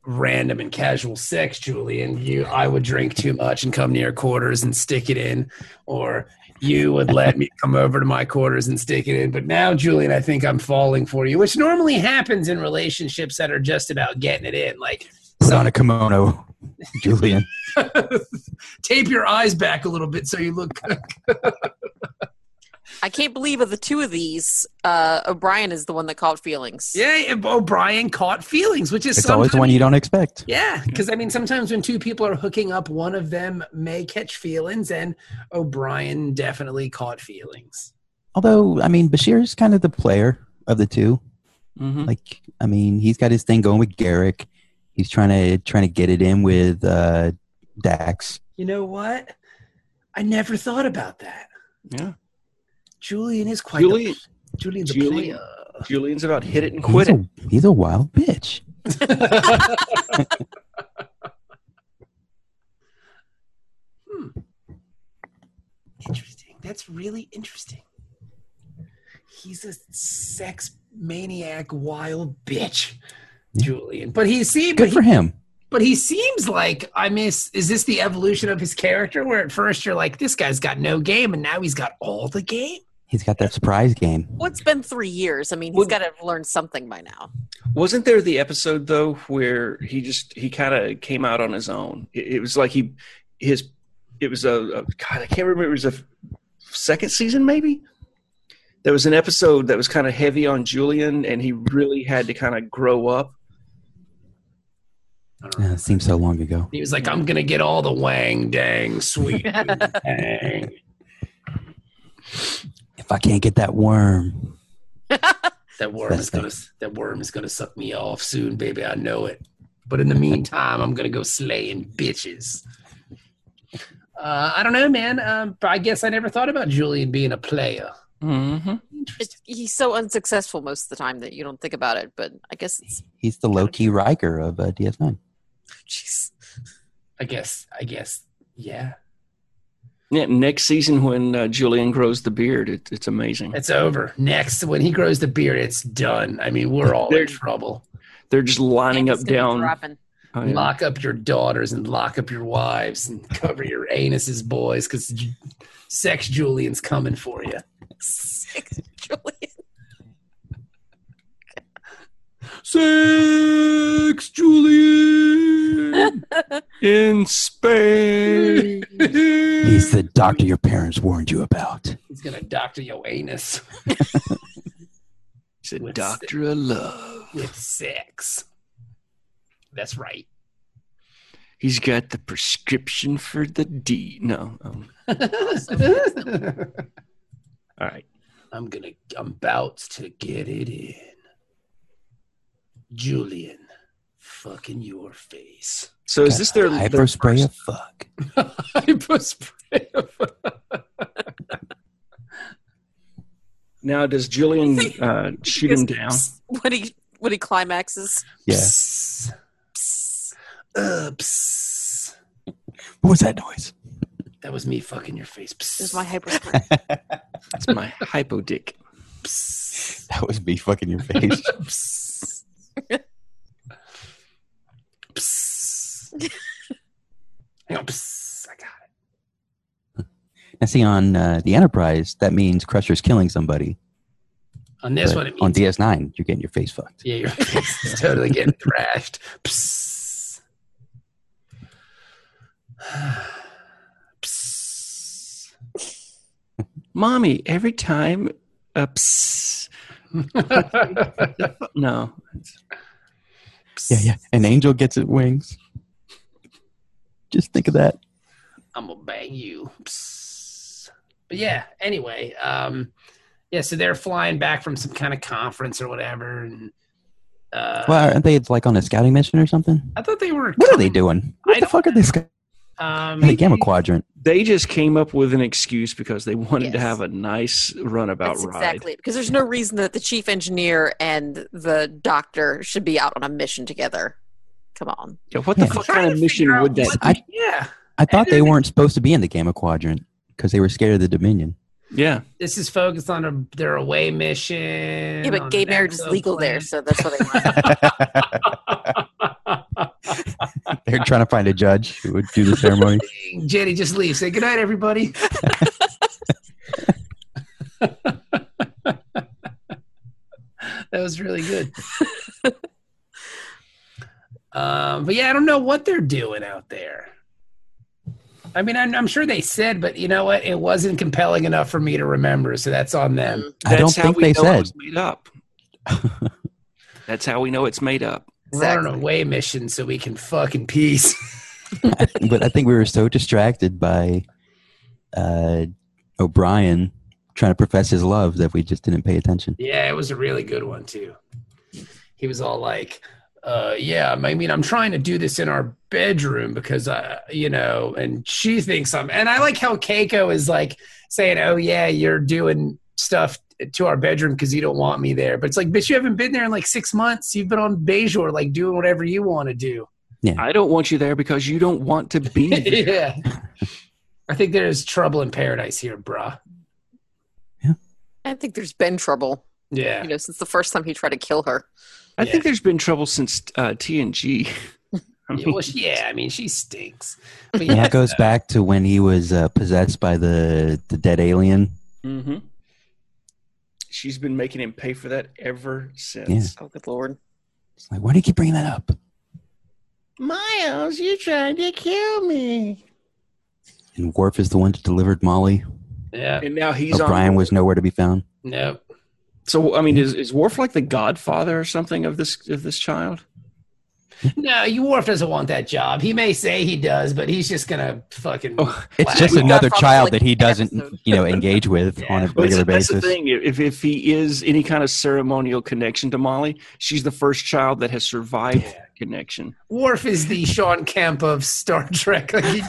C: random and casual sex, Julian. You, I would drink too much and come near quarters and stick it in, or you would let me come over to my quarters and stick it in. But now, Julian, I think I'm falling for you, which normally happens in relationships that are just about getting it in. Like,
D: Put on a kimono, [laughs]
E: [laughs]
D: Julian.
C: [laughs] tape your eyes back a little bit so you look.
B: I can't believe of the two of these, uh, O'Brien is the one that caught feelings.
C: yeah, O'Brien caught feelings, which is
D: It's always the one you don't expect.
C: Yeah, because I mean, sometimes when two people are hooking up, one of them may catch feelings, and O'Brien definitely caught feelings.
D: Although, I mean, Bashir's kind of the player of the two.
E: Mhm.
D: Like, I mean, he's got his thing going with Garrick. He's trying to trying to get it in with uh, Dax.
C: You know what? I never thought about that.
E: Yeah.
C: Julian is quite.
E: Julian,
C: a, Julian's
E: Julian-
C: a player.
E: Julian's about hit it and quit
D: he's,
E: it.
D: A, he's a wild bitch.
C: Hmm. Interesting. That's really interesting. He's a sex maniac, wild bitch,
D: Yeah.
C: Julian. But he see, but
D: Good
C: he,
D: for him.
C: but he seems like I miss. Is this the evolution of his character? Where at first you're like, this guy's got no game, and now he's got all the game.
D: He's got that surprise game.
B: Well, it's been three years. I mean, he's
E: Well-
B: got to have learned something by now.
E: Wasn't there the episode though where he just he kind of came out on his own? It, it was like he his it was a, a God I can't remember it was a second season maybe. There was an episode that was kind of heavy on Julian, and he really had to kind of grow up.
C: I don't know.
D: Yeah, it Uh, seems so long ago.
C: He was like, I'm gonna get all the wang dang sweet dang.
D: If I can't get that worm,
C: That worm is gonna that worm is gonna suck me off soon, baby. I know it. But in the meantime, I'm gonna go slaying bitches. Uh, I don't know, man. Um, but I guess I never thought about Julian being a player.
E: Mm-hmm.
B: It, he's so unsuccessful most of the time that you don't think about it, but I guess it's.
D: he's the low key Riker of uh, DS9.
B: Jeez.
C: I guess. I guess. Yeah.
E: Yeah, next season when uh, Julian grows the beard, it, it's amazing.
C: It's over. Next, when he grows the beard, it's done. I mean, we're all in
E: There's-
C: trouble.
E: They're just lining
B: It's
E: up
B: gonna be
E: down.
B: dropping.
E: Oh, yeah.
C: Lock up your daughters and lock up your wives and cover your anuses, boys, because sex Julian's coming for you.
B: Six trillion. [laughs]
E: Sex, Julian in space.
D: He's the doctor your parents warned you about.
C: He's gonna doctor your anus
E: He's a
C: With
E: doctor of love.
C: with sex. That's right. [laughs]
E: He's got the prescription for the D. No. Um,
C: That's
E: all right.
C: I'm gonna. I'm about to get it in. Julian, fucking your face. [laughs]
E: So is this their,
D: hyper
E: their
D: spray
E: first-
D: of fuck?
C: I put spray.
E: Now does Julian [laughs] uh, shoot him down?
B: When he when he climaxes.
D: Yeah.
C: Psst. Psst. Uh, psst.
D: What was that noise?
C: That was me fucking your face. Psst.
B: There's my hyper.
E: That's my hypo dick.
C: Psst.
D: That was me fucking
C: [laughs]
D: your face.
C: Psst. Psst. Hang on. Psst. I got it.
D: now, see, on uh, the Enterprise, that means Crusher's killing somebody.
C: On this
D: But
C: one, it means
D: on DS9, you're getting your face fucked.
C: yeah, your face is totally getting thrashed. Psst. [sighs] Psst.
E: Mommy, every time a psst. No.
D: Yeah, yeah. An angel gets its wings. Just think of that.
C: I'm gonna bang you. Psst. But yeah, anyway, um, yeah. So they're flying back from some kind of conference or whatever, and uh,
D: Well, aren't they like on a scouting mission or something?
C: I thought they were.
D: What are they
C: coming-
D: doing?
C: I
D: What the
C: don't
D: fuck are they scouting?
C: Um,
D: The Gamma Quadrant.
E: They just came up with an excuse because they wanted to
B: Yes.
E: have a nice runabout
B: That's
E: ride.
B: exactly it, because there's no reason that the chief engineer and the doctor should be out on a mission together. Come on.
E: Yeah, what the
D: Yeah.
E: fuck
C: Trying
E: kind of
C: to
E: mission
C: figure out
E: would that
C: what-
D: I-
C: yeah,
D: I thought they weren't supposed to be in the Gamma Quadrant because they were scared of the Dominion.
E: Yeah.
C: this is focused on a, their away mission.
B: Yeah, but gay marriage is legal there, so that's what [laughs] I want.
D: They're [laughs] trying to find a judge who would do the ceremony.
C: Jenny just leaves. Say goodnight, everybody. that was really good. um, but yeah, I don't know what they're doing out there. I mean, I'm, I'm sure they said, but you know what? It wasn't compelling enough for me to remember, so that's on them.
D: I don't
E: That's how
D: think
E: we
D: they
E: know it
D: said.
E: was made up. [laughs] That's how we know it's made up.
C: We're on
B: Exactly.
C: an away mission, so we can fucking peace. [laughs]
E: [laughs]
D: but I think we were so distracted by uh, O'Brien trying to profess his love that we just didn't pay attention.
C: Yeah, it was a really good one too. He was all like, uh, "Yeah, I mean, I'm trying to do this in our bedroom because I, you know." And she thinks I'm, and I like how Keiko is like saying, "Oh yeah, you're doing stuff to our bedroom because you don't want me there." But it's like, bitch, you haven't been there in like six months. You've been on Bejor, like doing whatever you want to do. [laughs]
E: I don't want you there because you don't want to [laughs] be there.
C: yeah, I think there's trouble in paradise here, bruh.
B: I think there's been trouble,
C: Yeah,
B: you [laughs] know, since the first time he tried to kill her.
E: I
C: Yeah.
E: think there's been trouble since uh, TNG. [laughs] I
C: yeah,
E: mean,
C: well, she- yeah. I mean, she stinks.
D: [laughs]
C: But
D: And
C: yeah,
D: that goes back to when he was uh, possessed by the, the dead alien.
E: mhm. She's been making him pay for that ever since.
B: Oh, good lord.
D: It's like, why do you keep bringing that up?
E: Miles, you tried to kill me.
D: And Worf is the one that delivered Molly.
C: yeah,
E: And now he's
D: O'Brien
E: on.
D: was nowhere to be found.
C: nope.
E: so I mean, is is Worf like the godfather or something of this of this child?
C: No, you Worf doesn't want that job. He may say he does, but he's just gonna fucking.
E: Oh,
D: It's
C: Wow.
D: just
C: We
B: got
D: another
B: from,
D: child
B: like,
D: that he doesn't,
B: episode.
D: you know, engage with
E: [laughs]
D: on a
C: Yeah.
E: But
D: regular
E: that's
D: basis.
E: the thing. If if he is any kind of ceremonial connection to Molly, she's the first child that has survived
C: Yeah.
E: that connection.
C: Worf is the Sean Kemp of Star Trek. Like,
D: [laughs]
C: he-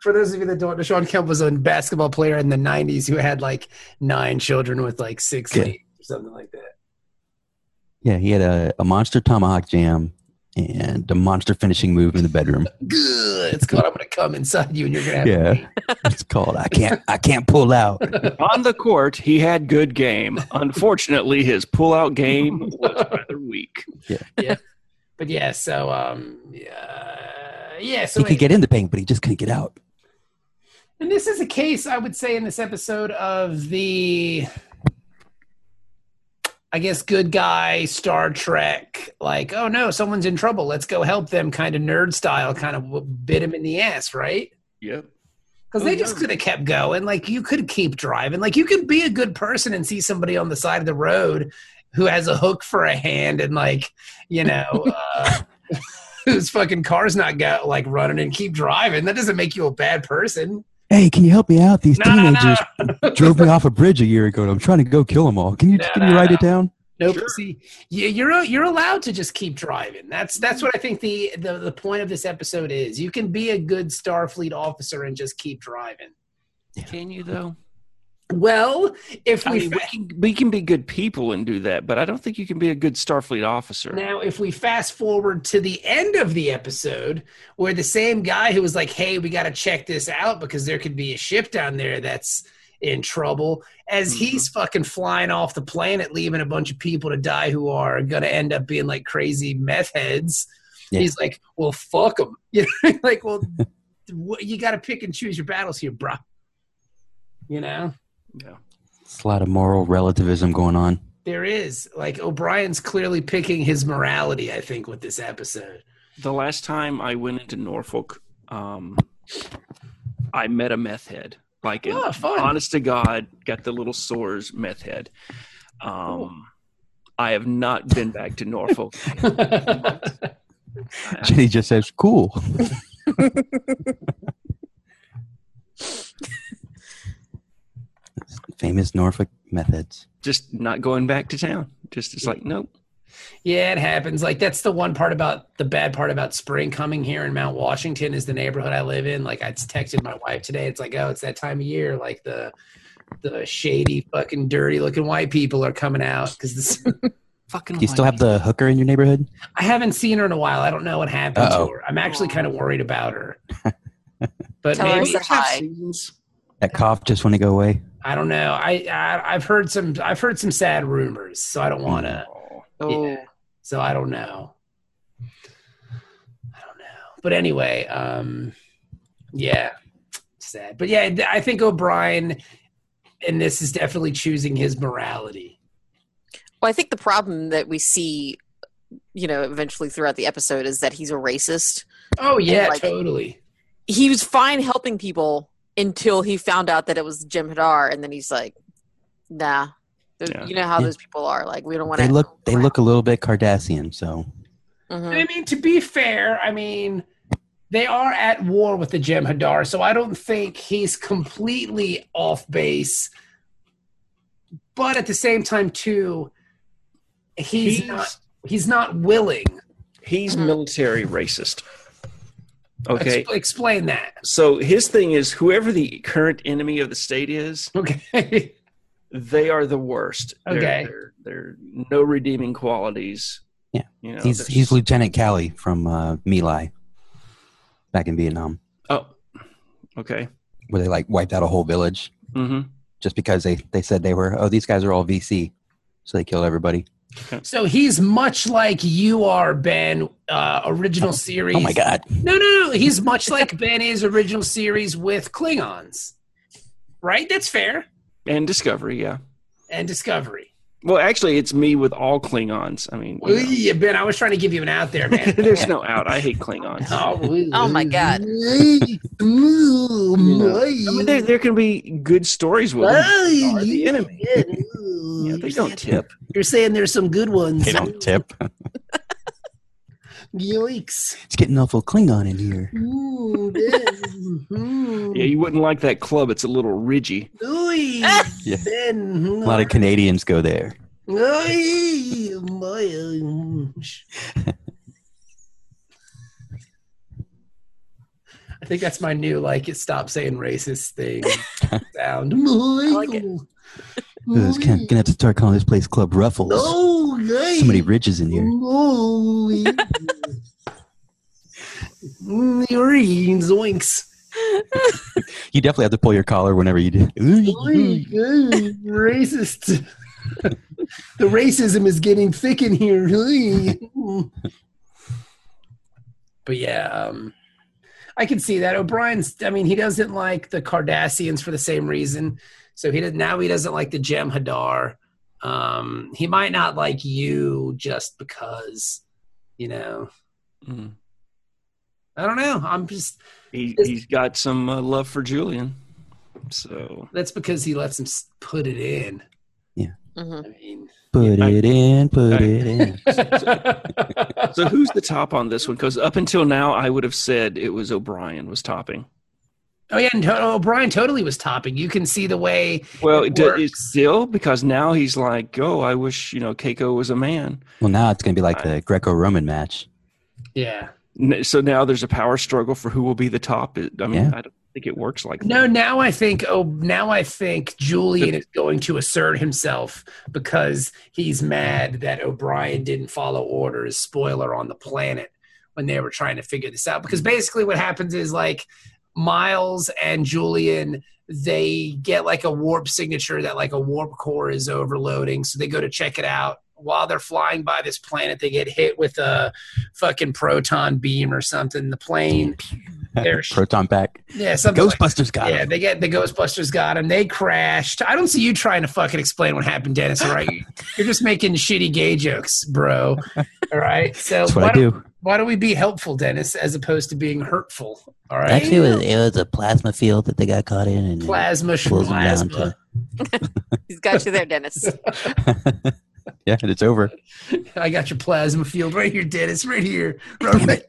C: for those of you that don't know, Sean Kemp was a basketball player in the '90s who had like nine children with like six
D: Yeah.
C: ladies or something like that.
D: Yeah, he had a, a monster tomahawk jam and a monster finishing move in
C: [laughs]
D: the bedroom.
C: Good. It's called. I'm gonna come inside you, and you're gonna have.
D: Yeah. it's called I can't I can't pull out.
E: On the court, he had good game. Unfortunately, his
D: [laughs]
E: pullout game was rather weak.
C: But yeah, so um, yeah, yeah. So
D: He could
C: wait.
D: get in the paint, but he just couldn't get out.
C: And this is a case, I would say, in this episode of the, I guess, good guy Star Trek, like, oh no, someone's in trouble. Let's go help them kind of nerd style, kind of w- bit him in the ass, right?
E: Yep.
C: Because they just could have kept going. Like, you could keep driving. Like, you could be a good person and see somebody on the side of the road who has a hook for a hand and, like, you know, uh, whose fucking car's not got, like, running and keep driving. That doesn't make you a bad person.
D: hey, can you help me out? These
C: No, no, no.
D: teenagers drove me off a bridge a year ago, and I'm trying to go kill them all. Can you
C: No,
D: can you
C: no,
D: write
C: no.
D: it down?
C: Nope.
E: Sure.
C: See, you- you're you're allowed to just keep driving. That's
E: Mm-hmm.
C: that's what I think the, the the point of this episode is. You can be a good Starfleet officer and just keep driving.
E: Can you though?
C: Well, if
E: I
C: we
E: mean,
C: fa-
E: we can, we can be good people and do that, but I don't think you can be a good Starfleet officer.
C: now if we fast forward to the end of the episode, where the same guy who was like, "Hey, we got to check this out because there could be a ship down there that's in trouble," as he's fucking flying off the planet, leaving a bunch of people to die who are gonna end up being like crazy meth heads.
D: Yeah.
C: He's like, "Well, fuck them," [laughs] you know, like, "Well, wh- you got to pick and choose your battles here, bruh." You know.
D: It's a lot of moral relativism
C: [laughs]
D: going on.
C: There is. Like O'Brien's clearly picking his morality, I think, with this episode. [laughs]
E: The last time I went into Norfolk, um, I met a meth head. Like, an
C: Oh, fun.
E: honest to God, got the little sores meth head. Um, I have not been back
C: [laughs]
E: to Norfolk.
D: Jenny just says,
C: [laughs]
D: "Cool." [laughs] Famous Norfolk methods.
C: Oh
E: Just not going back to town. Just it's like nope.
C: yeah, it happens. Like that's the one part about the bad part about spring coming here in Mount Washington is the neighborhood I live in. Like I texted my wife today. It's like, oh, it's that time of year. Like the the shady, fucking dirty looking white people are coming out
B: [laughs]
C: because this
E: Fucking.
D: Do you still have the hooker in your neighborhood?
C: I haven't seen her in a while. I don't know what happened
D: Uh-oh.
C: to her. I'm actually kind of worried about
D: [laughs]
C: her. But
B: Tell her I
C: maybe
B: said hi.
D: That cough just want to go away.
C: I don't know. I, I I've heard some I've heard some sad rumors, so I don't want to.
B: Oh.
C: Yeah. So I don't know. I don't know. But anyway, um, yeah, sad. But yeah, th- I think O'Brien, and this is definitely choosing his morality.
B: Well, I think the problem that we see, you know, eventually throughout the episode is that he's a racist.
C: Oh yeah,
B: like-
C: totally.
B: He was fine helping people until he found out that it was Jim Hadar, and then he's like, "Nah, Those-
E: Yeah.
B: you know how
D: Yeah.
B: those people are. Like, we don't want
D: They
B: to
D: look they look a little bit Cardassian, so
B: Mm-hmm,
C: I mean, to be fair, I mean, they are at war with the Jem Hadar, so I don't think he's completely off base. But at the same time, too, he's,
E: He's-
C: not he's not willing.
E: He's
B: Mhm.
E: military racist. Okay.
C: Ex- explain that.
E: So his thing is whoever the current enemy of the state is,
C: Okay.
E: they are the worst. They're-
C: Okay.
E: They're, they're, no redeeming qualities.
D: Yeah.
E: You know,
D: he's
E: there's-
D: he's Lieutenant Callie from uh, My Lai, back in Vietnam,
E: Oh. Okay.
D: where they like wiped out a whole village
E: hmm
D: just because they they said they were oh these guys are all VC, so they killed everybody.
C: [laughs] so he's much like you are, Ben, uh, original series.
D: Oh my god!
C: No, no, no. He's much like [laughs] Ben is original series with Klingons. Right? That's fair.
E: And Discovery, yeah.
C: And Discovery.
E: Well, actually, it's me with all Klingons. I mean, you
C: Well, yeah, Ben, I was trying to give you an out there,
E: know.
C: man.
E: [laughs] there's no out. I hate Klingons.
C: oh,
B: Oh, my God.
E: I mean, there, there can be good stories with them. They are the enemy. [laughs] Yeah, they don't tip.
C: You're saying there's some good ones.
D: They don't tip.
C: Yikes.
D: [laughs] It's getting awful Klingon in here.
C: Ooh,
E: [laughs] Yeah, you wouldn't like that club. It's a little ridgy. [laughs]
D: Yeah.
C: Ben.
D: A lot of Canadians go there.
C: [laughs] Ay, my, um, I think that's my new like it stop saying
B: [laughs]
C: racist thing sound.
B: like it.
D: Ooh, it's kind gonna have to start calling this place Club Ruffles.
C: Oh,
D: So many ridges in here.
C: [laughs] Zoinks.
D: You definitely have to pull your collar whenever you do. Ooh,
C: racist. [laughs] the racism is getting thick in here. but yeah, um, I can see that O'Brien's. I mean, he doesn't like the Cardassians for the same reason. So he does now. He doesn't like the Gem Hadar. Um, he might not like you just because, you know.
E: Mm.
C: I don't know. I'm just.
E: He, he's got some uh, love for Julian. So,
C: That's because he lets him s- put it in.
B: hmm
C: I mean.
D: Put
E: I-
D: it in, put
E: I-
D: it in.
E: so who's the top on this one? Because up until now, I would have said it was O'Brien was topping.
C: Oh yeah, and to- O'Brien totally was topping. You can see the way.
E: Well,
C: It
E: it do- it's
C: works.
E: still because now he's like, "Oh, I wish you know Keiko was a man."
D: Well, now it's going to be like the Greco-Roman match.
C: Yeah.
E: N- So now there's a power struggle for who will be the top. It- I mean,
D: Yeah.
E: I don't think it works like
C: No,
E: that.
C: now I think. Oh, now I think Julian is going to assert himself because he's mad that O'Brien didn't follow orders. Spoiler on the planet when they were trying to figure this out. Because basically, what happens is like Miles and Julian they get like a warp signature that like a warp core is overloading, so they go to check it out. While they're flying by this planet, they get hit with a fucking proton beam or something. The plane, they're
D: Proton pack.
C: yeah, something like
D: Ghostbusters got
C: yeah,
D: him.
C: they get the Ghostbusters got him. They crashed. I don't see you trying to fucking explain what happened, Dennis. All right, [laughs] you're just making shitty gay jokes, bro. All right, so
D: That's what
C: why,
D: I do.
C: why don't we be helpful, Dennis, as opposed to being hurtful? All right,
F: Actually, it was, it was a plasma field that they got caught in, and
C: plasma,
F: Pulls 'em down
C: plasma.
F: to-
B: He's got you there,
D: [laughs]
B: Dennis.
D: Yeah, and
C: [laughs]
D: it's over.
C: I got your plasma field right here, Dennis, right here. Right
D: Damn
C: back.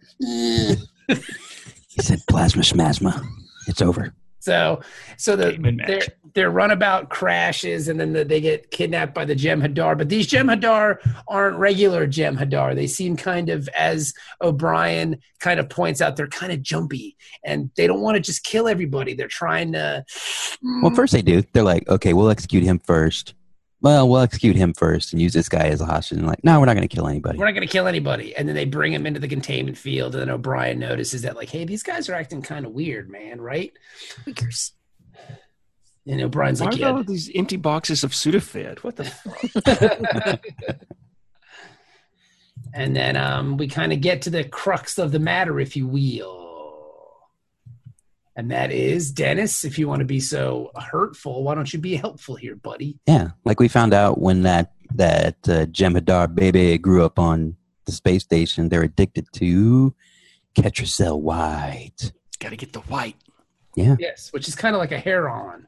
D: He said plasma schmasma. It's over.
C: So, so the
E: Game and
C: their,
E: match.
C: their runabout crashes, and then the, they get kidnapped by the Jem'Hadar. But these Jem'Hadar aren't regular Jem'Hadar. They seem kind of, as O'Brien kind of points out, they're kind of jumpy, and they don't want to just kill everybody. They're trying to. "Hmm,
D: Well, first they do. They're like, okay, we'll execute him first. Well, we'll execute him first and use this guy as a hostage. And like, no, we're not going to kill anybody.
C: we're not going to kill anybody, and then they bring him into the containment field, and then O'Brien notices that, like, hey, these guys are acting kind of weird, man, right?
B: Tweakers.
C: And O'Brien's
E: Why
C: like,
E: are there all these empty boxes of Sudafed? What the? F-
C: [laughs] and then um, we kind of get to the crux of the matter, if you will. And that is, Dennis, if you want to be so hurtful, why don't you be helpful here, buddy?
D: Yeah, like we found out when that that uh, Jem'Hadar baby grew up on the space station. They're addicted to Ketracel White.
E: Got to get the white.
C: Yes, which is kind of like a hair on.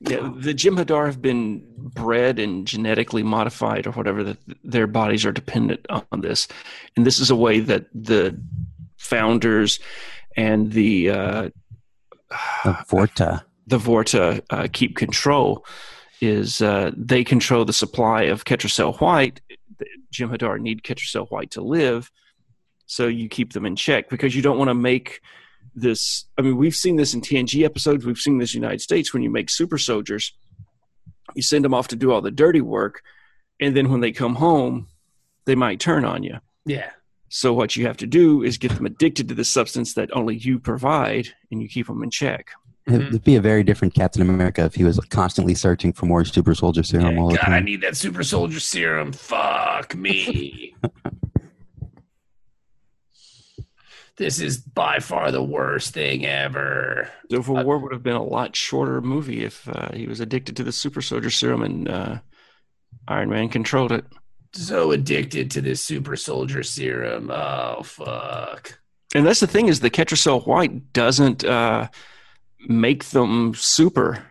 E: Yeah, the Jim Hadar have been bred and genetically modified or whatever that their bodies are dependent on this. And this is a way that the founders and the uh,
D: Of Vorta.
E: the Vorta uh, keep control is uh, they control the supply of Ketracel White. The Jim Hadar need Ketracel White to live, so you keep them in check because you don't want to make this. I mean, we've seen this in TNG episodes. We've seen this in the United States when you make super soldiers, you send them off to do all the dirty work, and then when they come home, they might turn on you.
C: Yeah.
E: So what you have to do is get them addicted to the substance that only you provide, and you keep them in check.
D: It would be a very different Captain America if he was constantly searching for more super soldier serum all the
C: God, I
D: time.
C: need that super soldier serum. Fuck [laughs] me. this is by far the worst thing ever.
E: Civil War would have been a lot shorter movie if uh, he was addicted to the super soldier serum and uh, Iron Man controlled it.
C: so addicted to this super soldier serum. Oh fuck.
E: And that's the thing is the Ketracel White doesn't uh, make them super.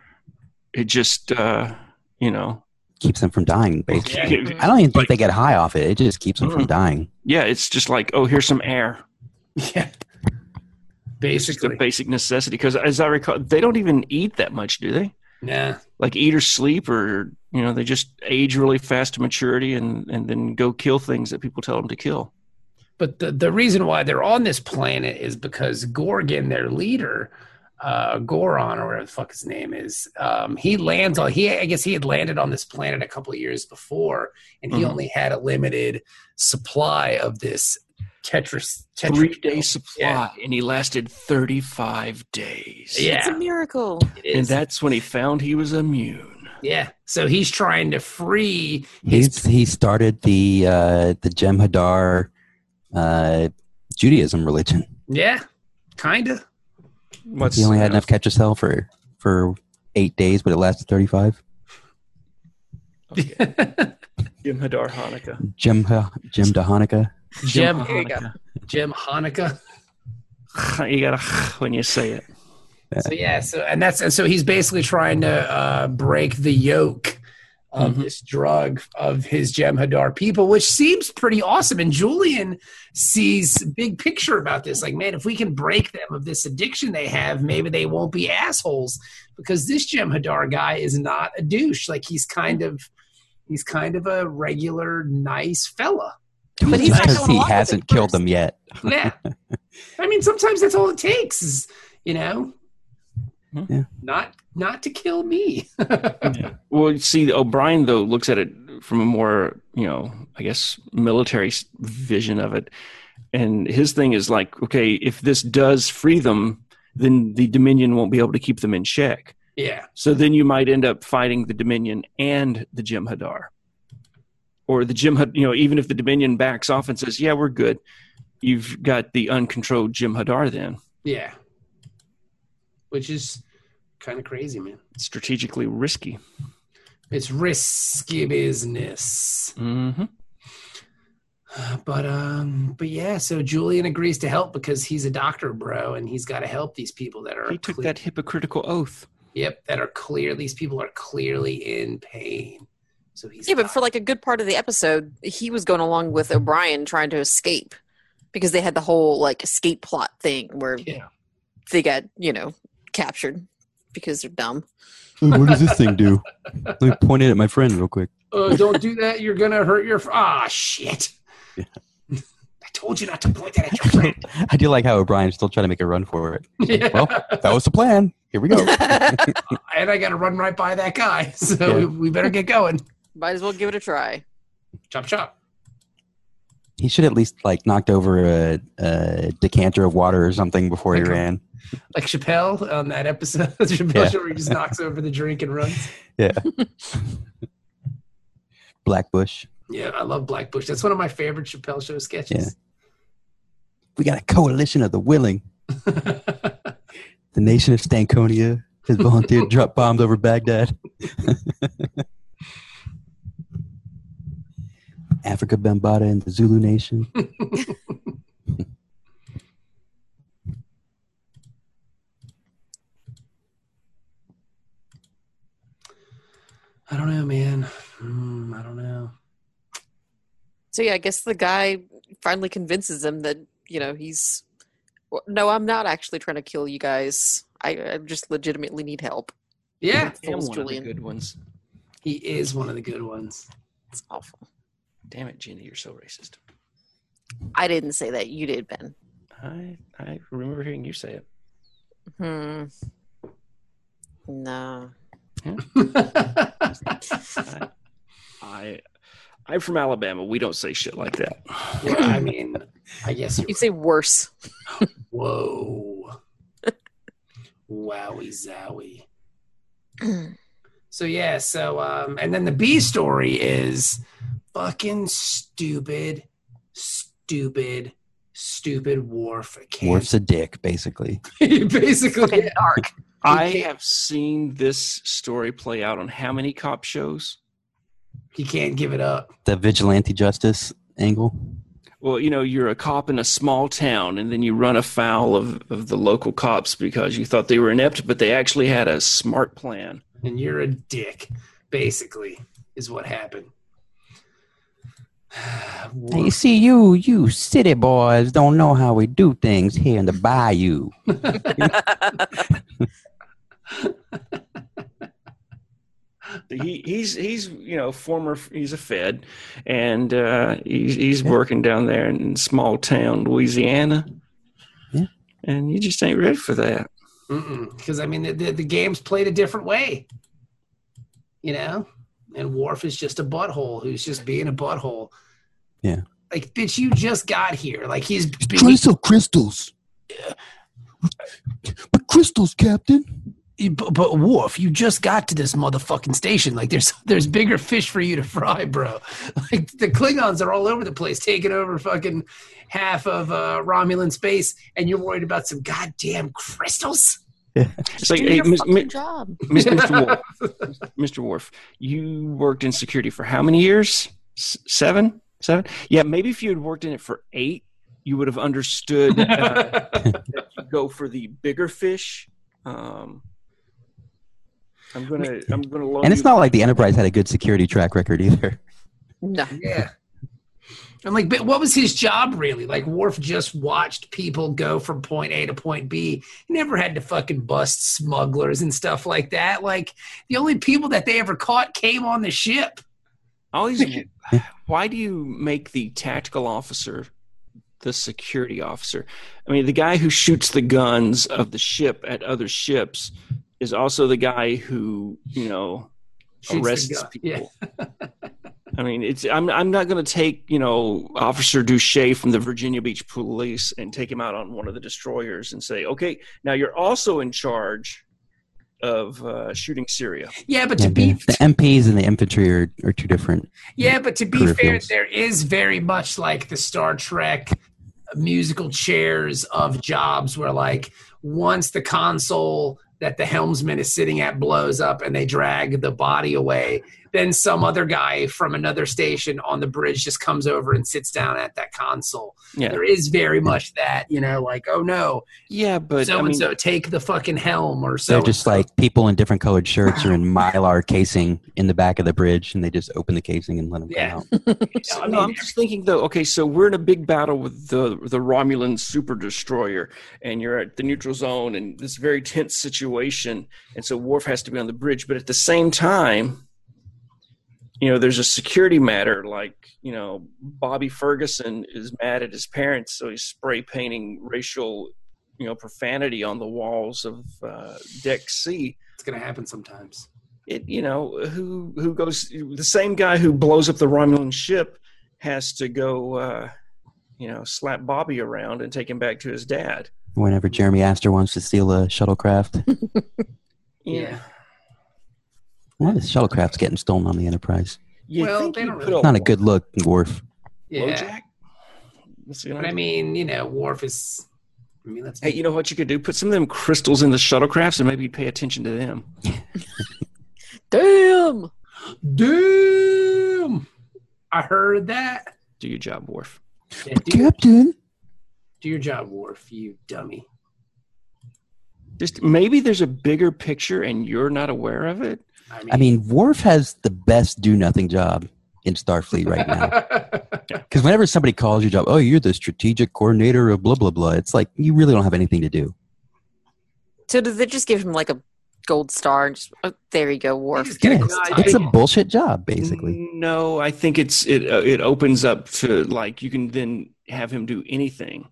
E: It just uh, you know
D: Keeps them from dying, basically.
C: Yeah.
E: yeah.
D: I don't even think they get high off it. It just keeps them from
E: Mm.
D: dying.
E: it's just like oh here's some air.
C: [laughs] Yeah.
E: It's just a
C: Basically.
E: basic necessity because as I recall they don't even eat that much, do they?
C: Nah.
E: Like eat or sleep or you know they just age really fast to maturity and and then go kill things that people tell them to kill.
C: But the, the reason why they're on this planet is because Gorgon, their leader, uh, Goron or whatever the fuck his name is, um, he lands on he I guess he had landed on this planet a couple of years before, and he
E: Mhm.
C: only had a limited supply of this Tetris Tetris
E: three day supply, and he lasted 35 days.
B: It's a
C: Yeah,
B: miracle.
C: it
E: And
C: is.
E: that's when he found he was immune.
C: yeah. So he's trying to free his
D: He's, he started the uh, the Jem'Hadar uh, Judaism religion.
C: Yeah, kinda.
E: What's,
D: He only had enough Ketracel for for eight days, but it lasted thirty five.
C: [laughs]
E: Jim Hadar Hanukkah.
D: Jim Jim DeHanukkah.
C: Jim,
B: There you go.
C: Jim Hanukkah.
E: You got to [sighs] when you say it.
C: So yeah, so and that's and so he's basically trying to uh, break the yoke of
E: Mhm.
C: this drug of his Jem'Hadar people, which seems pretty awesome. And Julian sees big picture about this. Like, man, if we can break them of this addiction they have, maybe they won't be assholes. Because this Jem'Hadar guy is not a douche. Like, he's kind of he's kind of a regular nice fella.
B: But he's
D: Just
B: not
D: because
B: going
D: he
B: along with it
D: hasn't killed
B: first.
D: them [laughs] yet.
B: [laughs]
C: Yeah. I mean, sometimes that's all it takes is, you know,
B: Hmm.
D: Yeah.
C: not not to kill me. [laughs]
E: Well, you see, O'Brien though looks at it from a more, you know, I guess military s- vision of it, and his thing is like, okay, if this does free them, then the Dominion won't be able to keep them in check.
C: yeah.
E: So then you might end up fighting the Dominion and the Jem'Hadar, or the Jim, you know, even if the Dominion backs off and says, yeah, we're good, you've got the uncontrolled Jem'Hadar then.
C: Yeah. Which is kind of crazy, man.
E: Strategically risky.
C: It's risky business.
E: Mm-hmm.
C: But um but yeah, so Julian agrees to help because he's a doctor, bro, and he's got to help these people that are
E: He took
C: cle-
E: that hypocritical oath.
C: Yep, that are clear these people are clearly in pain. So he's
B: Yeah, but
C: got-
B: for like a good part of the episode, he was going along with O'Brien trying to escape because they had the whole like escape plot thing where
C: Yeah.
B: they got, you know, captured because they're dumb.
D: what does this thing do? Let me point it at my friend real quick. [laughs]
C: uh, don't do that. You're gonna hurt your. Ah, shit. [laughs] I told you not to point that at your
D: [laughs]
C: friend.
D: I do like how O'Brien's still trying to make a run for it.
C: Yeah.
D: Well, that was the plan. Here we
B: [laughs]
D: go.
B: Might
C: [laughs] and I got to run right by that guy, [laughs] so
D: Yeah.
C: we, we better get going.
B: as well give it a try.
C: Chop chop.
D: He should at least like knocked over a, a decanter of water or something before he
C: Okay.
D: ran.
C: Like Chappelle on that episode, [laughs] Chappelle
D: Yeah.
C: show where he just knocks over the drink and runs.
D: [laughs] Blackbush.
C: Yeah, I love Black Bush. That's one of my favorite Chappelle show sketches.
D: We got a coalition of the willing. The nation of Stankonia has volunteered to drop bombs over Baghdad. [laughs] Africa Bambata and the Zulu Nation.
C: [laughs] I don't know, man. Mm, I don't know.
B: So yeah, I guess the guy finally convinces him that, you know, he's "Well, no, I'm not actually trying to kill you guys. I, I just legitimately need help.
C: Yeah,
E: Damn,
B: Fools
E: one of the
B: Julian.
E: good ones.
C: he is one of the good ones. [laughs]
B: It's awful.
E: Damn it, Gina, you're so racist.
B: I didn't say that. You did, Ben.
E: I I remember hearing you say it.
B: Hmm. No.
E: I, I I'm from Alabama. We don't say shit like that.
C: Well, I mean, I guess you're
B: You'd say [clears throat] worse.
C: Whoa. Wowie zowie. so yeah, so um and then the B story is fucking stupid, stupid, stupid war for
D: Worf's
C: cancer. [laughs]
D: a dick, basically.
C: Basically.
B: Fucking dark.
E: I
C: can't-
E: have seen this story play out on how many cop shows?
C: He can't give it up.
D: The vigilante justice angle.
E: Well, you know, you're a cop in a small town and then you run afoul of, of the local cops because you thought they were inept, but they actually had a smart plan.
C: And you're a dick, basically, is what happened. [sighs] War-
D: You see, you you city boys don't know how we do things here in the bayou.
E: He, he's he's you know former he's a Fed, and uh, he's he's working down there in small town Louisiana,
D: Yeah.
E: and you just ain't ready for that.
C: because I mean the, the, the game's played a different way, you know. And Worf is just a butthole who's just being a butthole.
D: Yeah.
C: Like, bitch, you just got here. Like he's being,
G: Trace of crystals. But crystals, Captain.
C: but, but Worf, you just got to this motherfucking station. Like there's there's bigger fish for you to fry, bro. Like the Klingons are all over the place, taking over fucking half of uh, Romulan space, and you're worried about some goddamn crystals.
E: It's like,
B: Do
E: hey,
B: your
E: Ms-
B: fucking
E: Mi-
B: job.
E: Mis- Mr. Wolf, Mr. Wolf, you worked in security for how many years? S- seven, seven. Yeah, maybe if you had worked in it for eight, you would have understood.
C: [laughs]
E: Uh, you go for the bigger fish. Um, I'm gonna I'm gonna loan
D: And it's
E: you-
D: not like the Enterprise had a good security track record either.
B: No.
C: Yeah. I'm like, but what was his job really? Like, Worf just watched people go from point A to point B. He never had to fucking bust smugglers and stuff like that. Like, the only people that they ever caught came on the ship.
D: [laughs]
E: all these. why do you make the tactical officer the security officer? I mean, the guy who shoots the guns of the ship at other ships is also the guy who you know
C: Shoots the
E: arrests
C: gun. Yeah.
E: people. I mean, it's I'm I'm not going to take you know Officer Duche from the Virginia Beach Police and take him out on one of the destroyers and say, okay, now you're also in charge of uh, shooting Syria.
C: Yeah, but [laughs]
D: Yeah,
C: to be
D: the MPs and the infantry are, are two different.
C: yeah, but to be
D: Career
C: fair,
D: fields.
C: there is very much like the Star Trek musical chairs of jobs where like once the console that the helmsman is sitting at blows up and they drag the body away then some other guy from another station on the bridge just comes over and sits down at that console
E: Yeah.
C: there is very much that you know like oh no
E: Yeah, but
C: so
E: I mean,
C: and so take the fucking helm or so
D: They're just like people in different colored shirts are in mylar casing in the back of the bridge, and they just open the casing and let them
C: Yeah.
D: come out.
E: So, no, I'm just thinking though. Okay, so we're in a big battle with the the Romulan super destroyer, and you're at the neutral zone, and this very tense situation, and so Worf has to be on the bridge, but at the same time, you know, there's a security matter. Like, you know, Bobby Ferguson is mad at his parents, so he's spray painting racial, you know, profanity on the walls of uh, Deck C
C: it's gonna happen sometimes
E: it you know who who goes the same guy who blows up the Romulan ship has to go uh, you know slap Bobby around and take him back to his dad.
D: Whenever Jeremy Astor wants to steal a
C: [laughs]
D: shuttlecraft,
C: Yeah.
D: why is shuttlecraft's getting stolen on the Enterprise?
E: You
C: Oh, Well,
E: think
C: they
E: you'd
C: don't
E: put
C: really-
D: Not a good look, Worf.
C: yeah
E: LoJack? Let's see, you know,
C: But I mean, you know, Worf is. I mean, that's
E: hey, you know what you could do? Put some of them crystals in the shuttlecrafts and maybe pay attention to them.
B: Damn.
C: damn. I heard that.
E: Do your job, Worf.
C: Yeah, do, your-
G: Captain,
C: do your job, Worf. You dummy.
E: Just maybe there's a bigger picture and you're not aware of it.
C: I mean,
D: I mean, Worf has the best do nothing job in Starfleet right now. Because whenever somebody calls your job, oh, you're the strategic coordinator of blah blah blah. It's like you really don't have anything to do.
B: So did they just give him like a gold star and just oh, there you go, Worf.
C: Just get a
D: Yeah,
C: cross
D: it's, it's a
C: tie.
D: bullshit job,
G: [laughs]
E: Mm-hmm.
D: basically.
E: No, I think it's it uh, it opens up to like you can then have him do anything.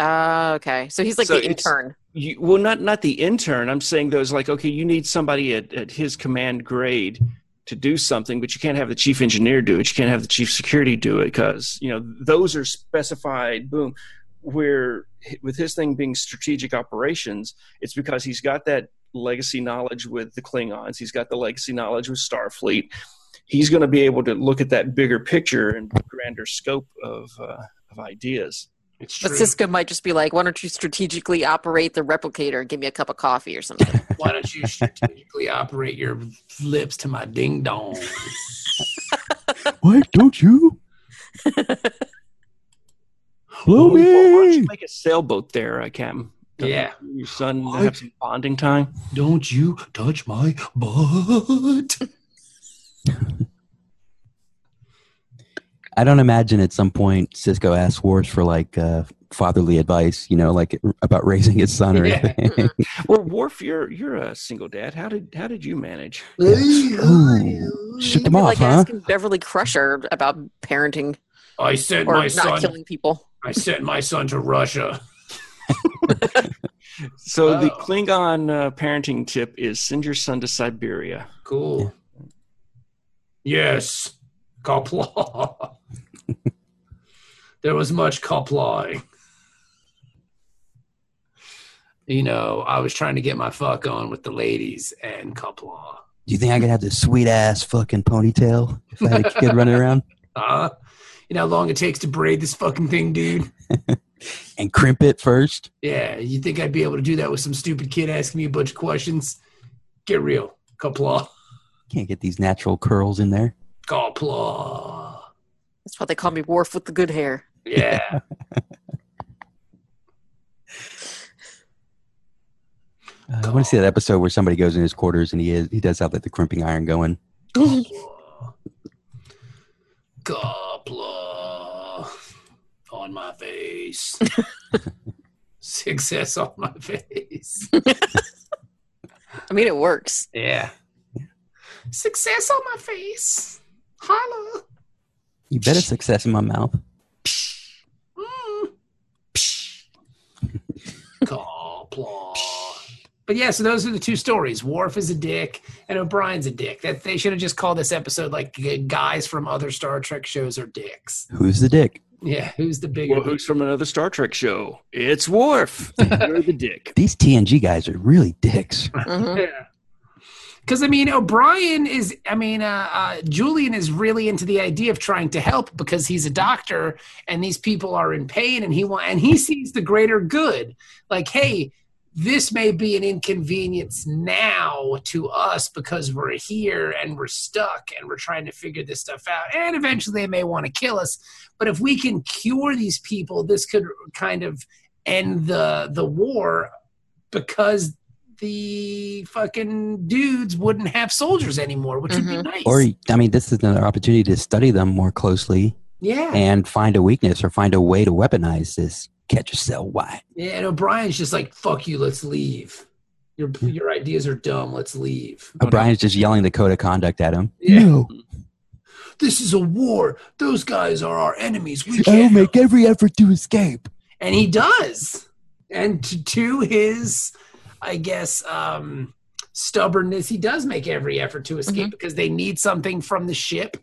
B: Ah, okay. So he's like
E: So
B: the
E: it's-
B: intern.
E: you, well not not the intern i'm saying those like okay you need somebody at, at his command grade to do something but you can't have the chief engineer do it you can't have the chief security do it because you know those are specified boom where h- with his thing being strategic operations it's because he's got that legacy knowledge with the klingons he's got the legacy knowledge with starfleet he's going to be able to look at that bigger picture and grander scope of uh, of ideas
C: [laughs] It's
B: But
C: true.
B: Cisco might just be like, why don't you strategically operate the replicator and give me a cup of coffee or something?
C: Why don't you strategically operate your lips to my ding dong?
G: why don't you? Blow
E: Why don't you
G: me.
E: make a sailboat there, uh, Cam?
C: Yeah.
E: Your son
G: What?
E: have some bonding time.
G: Don't you touch my butt.
D: I don't imagine at some point Cisco asks Worf for like uh, fatherly advice, you know, like about raising his son or
C: Yeah.
D: anything. [laughs]
E: Well, Worf, you're you're a single dad. How did how did you manage?
D: Ooh, shoot them
B: You're
D: off,
B: like
D: huh?
B: asking Beverly Crusher about parenting
C: I sent
B: or
C: my
B: not
C: son.
B: killing people.
C: I sent my son to Russia.
E: So the
C: Oh.
E: Klingon uh, parenting tip is send your son to Siberia.
C: Cool. Yes. Copla. there was much coplaw. You know, I was trying to get my fuck on with the ladies and coplaw.
D: Do you think I could have this sweet ass fucking ponytail if I had a kid [laughs] running around
C: Huh? You know how long it takes to braid this fucking thing, dude?
D: and crimp it first?
C: Yeah, you think I'd be able to do that with some stupid kid asking me a bunch of questions? Get real. Coplaw.
D: Can't get these natural curls in there.
C: Coplaw.
B: That's why they call me Worf with the good hair.
C: Yeah.
D: Uh, I want to see that episode where somebody goes in his quarters and he is he does have like the crimping iron going.
C: Gobla on my face. Success on my face.
B: [laughs] I mean, it works.
C: Yeah. Success on my face. Holla.
D: You bet a success in my mouth.
C: Mm. Gobla. But yeah, so those are the two stories. Worf is a dick, and O'Brien's a dick. That they should have just called this episode like "G- "Guys from Other Star Trek Shows Are Dicks."
D: Who's the dick?
C: Yeah, who's the bigger?
E: Well, who's from another Star Trek show?
C: [laughs]
E: It's Worf. You're the dick.
D: These TNG guys are really dicks.
C: [laughs]
B: Mhm.
C: Yeah. Because I mean, O'Brien is, I mean, uh, uh, Julian is really into the idea of trying to help because he's a doctor and these people are in pain, and he wa- and he sees the greater good. Like, hey, this may be an inconvenience now to us because we're here and we're stuck and we're trying to figure this stuff out, and eventually they may want to kill us. But if we can cure these people, this could kind of end the the war because the fucking dudes wouldn't have soldiers anymore, which would
B: Mhm.
C: be nice.
D: Mm-hmm. Or I mean, this is another opportunity to study them more closely
C: yeah,
D: and find a weakness or find a way to weaponize this catch yourself wide.
C: yeah. And O'Brien's just like, "Fuck you, let's leave. Your your ideas are dumb. Let's leave."
D: O'Brien's just yelling the code of conduct at him.
C: Yeah.
D: Oh, No,
C: This is a war. Those guys are our enemies. We
D: I'll
C: can't.
D: make every effort to escape.
C: and he does. And to, to his, I guess, um, stubbornness, he does make every effort to escape
B: Mm-hmm.
C: because they need something from the ship.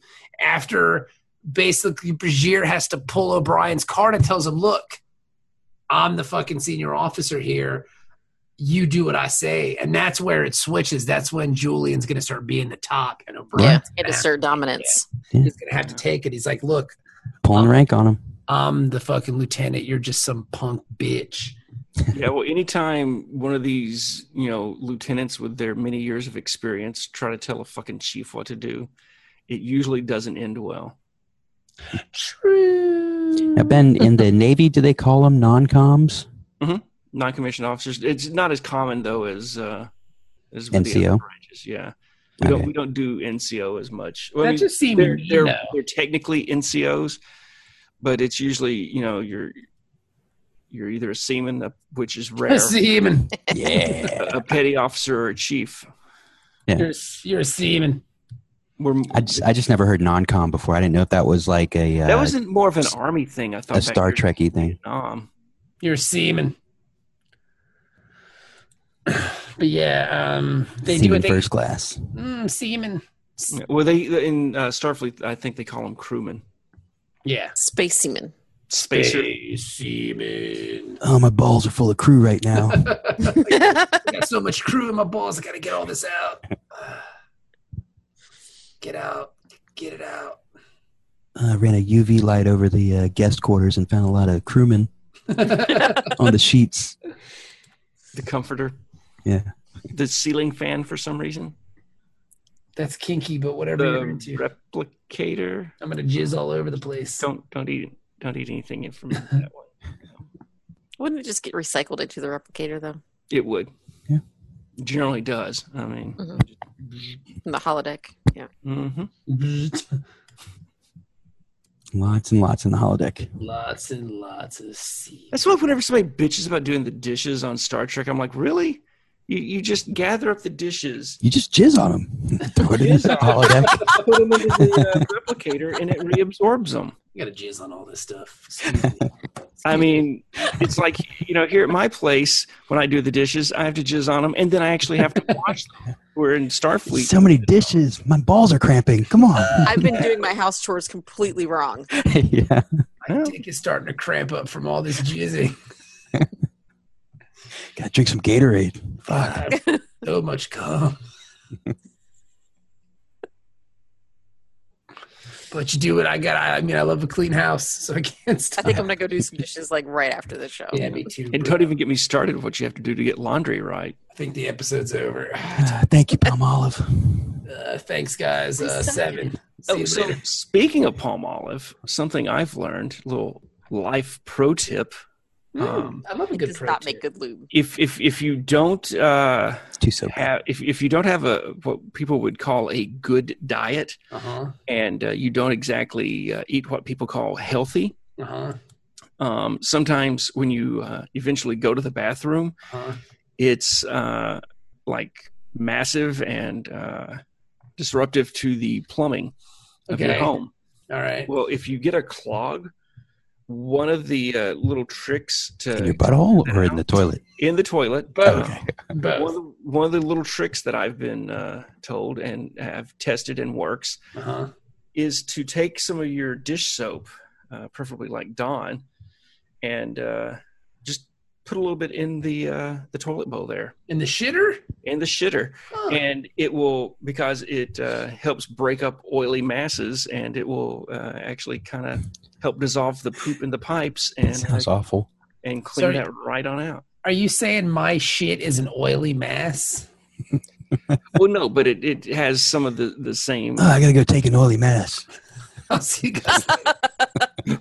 C: After basically, Brigir has to pull O'Brien's card and tells him, "Look, I'm the fucking senior officer here. You do what I say." And that's where it switches. That's when Julian's going to start being the top, and
B: Yeah,
C: O'Brien's
B: it
C: gonna have-
B: assert dominance.
C: he's going to have to take it. He's like, "Look, Oh.
D: Pulling rank on him.
C: I'm the fucking lieutenant. You're just some punk bitch."
E: Yeah, well, anytime one of these, you know, lieutenants with their many years of experience try to tell a fucking chief what to do, it usually doesn't end well.
D: Now, Ben,
C: [laughs]
D: in the Navy, do they call them non-coms?
E: Non-commissioned officers. It's not as common though as uh, as with the
D: NCO?
E: other branches. Yeah, we don't
D: Okay.
E: we don't do NCO as much. Well,
C: That
E: I mean,
C: just seemed
E: they're
C: mean,
E: they're,
C: though.
E: they're technically NCOs, but it's usually you know you're you're either a seaman, uh, which is rare,
C: You're [laughs] a seaman.
D: [laughs] Yeah.
E: a petty officer, or a chief.
C: You're, you're a seaman.
E: We're,
D: I just, I just never heard non-com before. I didn't know if that was like a uh,
E: that wasn't more of an army thing. I thought
D: a
E: back
D: Star
E: here.
D: Trekky thing.
E: Um,
C: You're a seaman. [clears throat] But yeah, um, they do
D: Seaman
C: a thing.
D: first class.
C: Mm, seaman.
E: well, they in uh, Starfleet, I think they call them crewmen.
C: Yeah.
B: Space seaman.
E: Spacer.
C: Space seaman.
D: Oh, my balls are full of crew right now. [laughs]
C: I got so much crew in my balls. I gotta get all this out. [sighs] Get out. Get it
D: [laughs]
C: out. [laughs]
D: I ran a UV light over the uh, guest quarters and found a lot of crewmen on the sheets.
E: The comforter.
D: Yeah.
E: The ceiling fan for some reason.
C: That's kinky, but whatever you're
E: The
C: into.
E: replicator.
C: I'm gonna jizz all over the place.
E: Don't don't eat don't eat anything [laughs] from that one.
B: Wouldn't it just get recycled into the replicator though?
E: It would.
D: Yeah.
E: Generally does. I mean.
B: In the holodeck. Yeah.
E: hmm
D: Lots and lots in the holodeck.
C: [laughs] Lots and lots of seeds.
E: That's why whenever somebody bitches about doing the dishes on Star Trek, I'm like, really? You you just gather up the dishes,
D: You just jizz on them. [laughs] Throw it in
E: Jizz
D: the
E: on [laughs]
D: holodeck.
C: [laughs]
E: put them into the uh, replicator, and it reabsorbs them.
C: I gotta jizz on all this stuff. Excuse me.
E: I mean, it's like you know, here at my place, when I do the dishes, I have to jizz on them, and then I actually have to wash them. We're in Starfleet.
D: So many dishes. My balls are cramping. Come on.
E: [laughs]
B: I've been doing my house chores completely wrong.
D: yeah.
C: My dick is starting to cramp up from all this jizzing.
D: Gotta drink some Gatorade. [sighs] Fuck.
C: Fuck, [laughs] so much
E: [laughs]
C: cum. But you do it. I got. I mean, I love a clean house, so I can't
B: I
C: stop.
B: think I'm gonna go do some dishes like right after the show.
C: Yeah, me too.
E: and
C: bro.
E: don't even get me started with what you have to do to get laundry right.
C: I think the episode's over. [sighs]
D: Ah, thank you, Palm Olive.
C: Uh, thanks, guys.
B: We
C: Uh,
B: suck.
C: seven. See
E: oh,
C: you
E: so
C: later.
E: speaking of palm olive, something I've learned, little life pro tip. Um,
C: I love a
B: It
C: good
B: does not
C: protein.
B: make good lube.
E: if if if you don't uh,
D: Too soap.
E: have if if you don't have a what people would call a good diet,
C: Uh-huh.
E: and uh, you don't exactly uh, eat what people call healthy,
C: Uh-huh.
E: um, sometimes when you uh, eventually go to the bathroom,
C: Uh-huh.
E: it's uh, like massive and uh, disruptive to the plumbing of your
C: Okay.
E: home.
C: All right.
E: Well, if you get a clog, one of the uh, little tricks to
D: In your butthole or in the toilet?
E: in the toilet,
C: Both.
E: uh, one, of
C: Both.
E: the, one of the little tricks that I've been uh, told and have tested and works
C: Uh-huh.
E: is to take some of your dish soap, uh, preferably like Dawn, and uh, just put a little bit in the uh, the toilet bowl there
C: In the shitter?
E: in the shitter,
C: Huh.
E: and it will because it uh, helps break up oily masses, and it will uh, actually kind of help dissolve the poop in the pipes
D: That
E: and
D: sounds awful.
E: and
C: Sorry.
E: clean that right on out.
C: Are you saying my shit is an oily mass? [laughs]
E: Well, no, but it, it has some of the, the same.
D: Ah.
F: Oh, I gotta go take an oily mass.
C: I'll see you guys.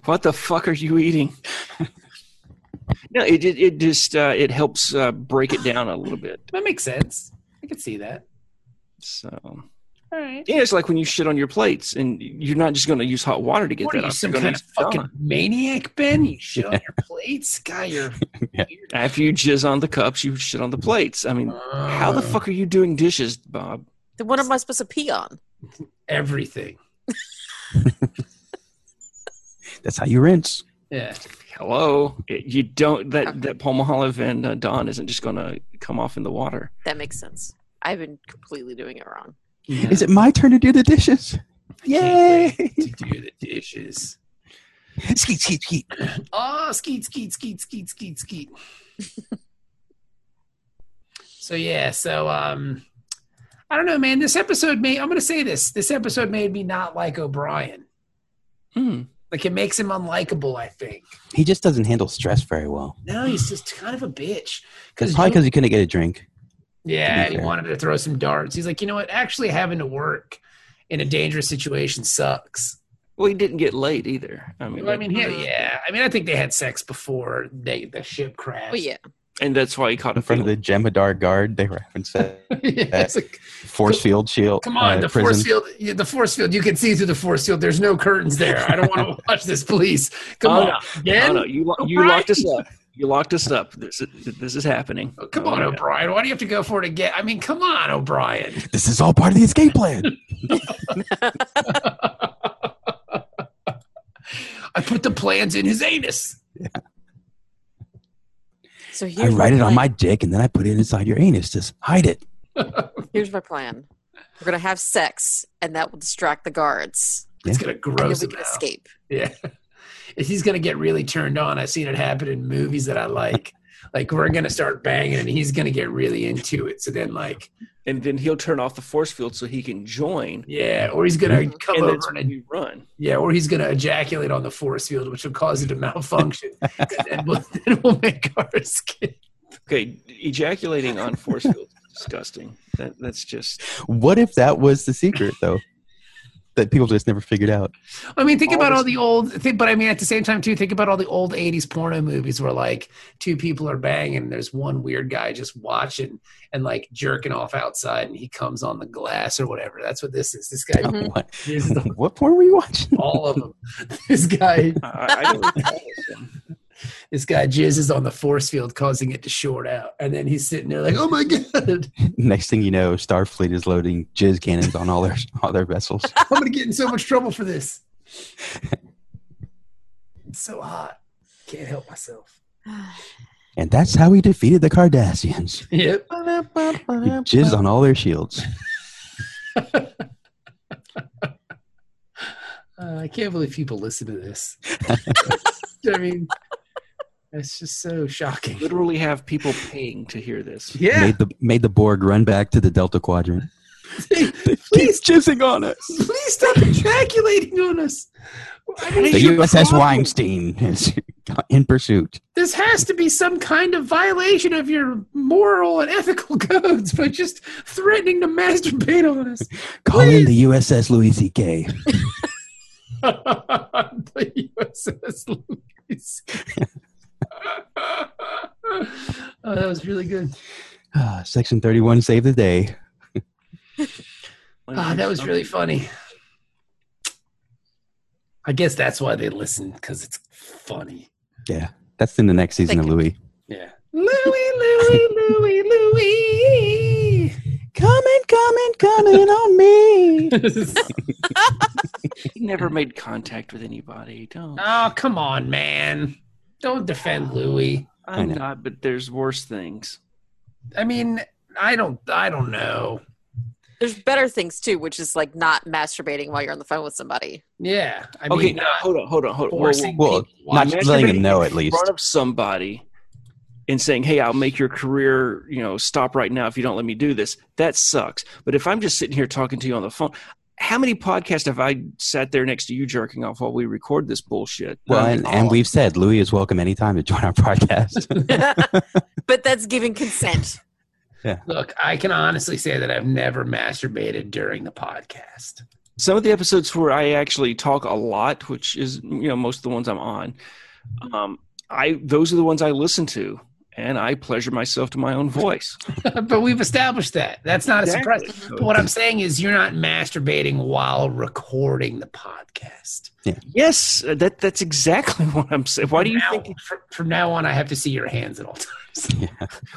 E: What the fuck are you eating? [laughs] no, it it, it just uh, it helps uh, break it down a little bit.
C: that makes sense. I can see that.
E: So
C: All right.
E: yeah, it's like when you shit on your plates, and you're not just going to use hot water to get
C: What
E: that.
C: are you,
E: off.
C: some
E: You're gonna
C: kind of
E: use
C: fucking
E: Dawn.
C: maniac, Ben? You shit on your plates? Guy, you're
D: Yeah.
C: weird.
E: After you jizz on the cups, you shit on the plates. I mean, [laughs] how the
C: Uh,
E: fuck are you doing dishes, Bob?
B: Then what am I supposed to pee on?
C: Everything.
D: That's how you rinse.
C: Yeah.
E: Hello, It- you don't that that Palmolive and uh, Don isn't just going to come off in the water.
B: That makes sense. I've been completely doing it wrong.
D: Is it my turn to do the dishes? Yay! [laughs]
C: Can't wait to do the dishes.
D: skeet, skeet, skeet.
C: Oh, skeet, skeet, skeet, skeet, skeet, skeet. [laughs] so yeah, so um, I don't know, man. This episode made. I'm gonna say this. This episode made me not like O'Brien.
E: Hmm.
C: Like it makes him unlikable. I think.
D: He just doesn't handle stress very well.
C: No, he's just kind of a bitch.
D: Because probably because he couldn't get a drink.
C: Yeah,
D: To be
C: and he
D: fair.
C: wanted to throw some darts. He's like, you know what? Actually, having to work in a dangerous situation sucks.
E: Well, he didn't get laid either. I mean,
C: Well, I mean, yeah,
B: Mhm.
C: yeah. I mean, I think they had sex before they the ship crashed.
B: Oh yeah,
E: and that's why he caught
D: In
E: a
D: front of
E: feeling.
D: the Jemadar guard, they were having sex.
C: [laughs] [laughs] yeah it's like,
D: Force field shield.
C: Come on,
D: uh,
C: the
D: prison.
C: force field. yeah, The force field. You can see through the force field. There's no curtains there. I don't
E: [laughs]
C: want to watch this, please. Come
E: Oh,
C: on,
E: no.
C: again.
E: Oh, no, you lo- you
C: O'Brien.
E: locked us up. You locked us up. This is, this is happening.
C: Oh, Come
E: Oh,
C: on,
E: yeah.
C: O'Brien. Why do you have to go for it again? I mean, come on, O'Brien.
D: This is all part of the
C: [laughs]
D: escape plan.
C: I put the plans in his anus.
B: so
D: I
B: here's
D: write
B: my
D: it on
B: plan.
D: my dick and then I put it inside your anus. Just hide it.
B: Here's my plan. We're gonna have sex, and that will distract the guards,
C: It's gonna
B: and then
C: gross
B: we
C: him
B: can
C: out.
B: escape. [sighs]
C: Yeah. If he's gonna get really turned on, I've seen it happen in movies that I
E: [laughs]
C: like. Like we're gonna start banging, and he's gonna get really into it. So then, like,
E: And then he'll turn off the force field so he can join.
C: yeah, or he's gonna
B: Mhm.
C: come
E: Mm-hmm. and
C: over
E: that's
C: and
E: when you run.
C: Yeah, or he's going to ejaculate on the force field, which will cause it to
E: [laughs]
C: malfunction. and then we'll, [laughs] then we'll make our escape.
E: Okay, ejaculating on force field is disgusting. That, that's just
D: What if that was the secret, though? that people just never figured out.
C: I mean, think
E: All
C: about
E: this-
C: all the old, think, but I mean, at the same time, too, think about all the old 80s porno movies where like two people are banging and there's one weird guy just watching and like jerking off outside and he comes on the glass or whatever. That's what this is. This guy,
B: Mhm.
D: What, [laughs]
C: this is
D: what porn were you watching? [laughs]
C: all of them. [laughs] This guy,
E: I, I
C: [laughs]
E: don't recall this one.
C: this guy jizzes on the force field, causing it to short out. And then he's sitting there like, oh my God.
D: Next thing you know, Starfleet is loading jizz cannons on all their all their vessels.
C: I'm gonna get in so much trouble for [laughs] this. It's so hot. Can't help myself.
D: And that's how we defeated the Cardassians.
C: Yep.
D: We jizzed on all their shields.
C: Uh, I can't believe people listen to this. [laughs] I mean, it's just so shocking. [laughs]
E: Literally have people paying to hear this.
C: Yeah.
D: Made the made the Borg run back to the Delta Quadrant.
C: please,
D: jizzing on us.
C: please stop ejaculating on us. I mean,
D: The USS Weinstein is [laughs] in pursuit.
C: this has to be some kind of violation of your moral and ethical [laughs] codes by just threatening to masturbate on us. [laughs]
D: Call in the USS Louis C.K.
C: the USS Louise. [laughs] Oh, that was really good.
D: Ah, Section 31 saved the day.
C: Ah, that was really funny. I guess that's why they listen because it's funny.
D: Yeah. That's in the next season of Louis.
C: Yeah. Louie, Louie, Louie,
E: [laughs]
C: Louie.
D: Coming, coming, coming on me.
E: He never made contact with anybody. Don't.
C: oh, come on, man. Don't defend Louie.
E: I'm
D: know.
E: not, but there's worse things.
C: I mean, I don't I don't know.
B: There's better things too, which is like not masturbating while you're on the phone with somebody. [laughs]
C: Yeah. I
E: okay,
D: uh,
C: mean
E: now hold on, hold on, hold on. Whoa, whoa,
C: forcing
D: Well,
C: people
D: [laughs]
E: whoa.
D: not
C: on-
D: letting them
E: Masturbating
D: know,
E: in
D: at least.
E: front of somebody and saying, "Hey, I'll make your career, you know, stop right now if you don't let me do this." That sucks. But if I'm just sitting here talking to you on the phone, how many podcasts have I sat there next to you jerking off while we record this bullshit?
D: Well,
E: Um,
D: and, and we've said Louis is welcome anytime to join our [laughs] podcast.
B: but that's giving consent.
C: Look, I can honestly say that I've never masturbated during the podcast. [laughs]
E: some of the episodes where I actually talk a lot, which is you know most of the ones I'm on, um, I those are the ones I listen to, and I pleasure myself to my own voice.
C: but we've established that. That's not a surprise.
E: Exactly.
C: But what I'm saying is you're not masturbating while recording the podcast.
E: Yes, uh, that that's exactly [laughs] what I'm saying. Why do you
C: Now-
E: think?
C: fr- from now on I have to see your hands at all times?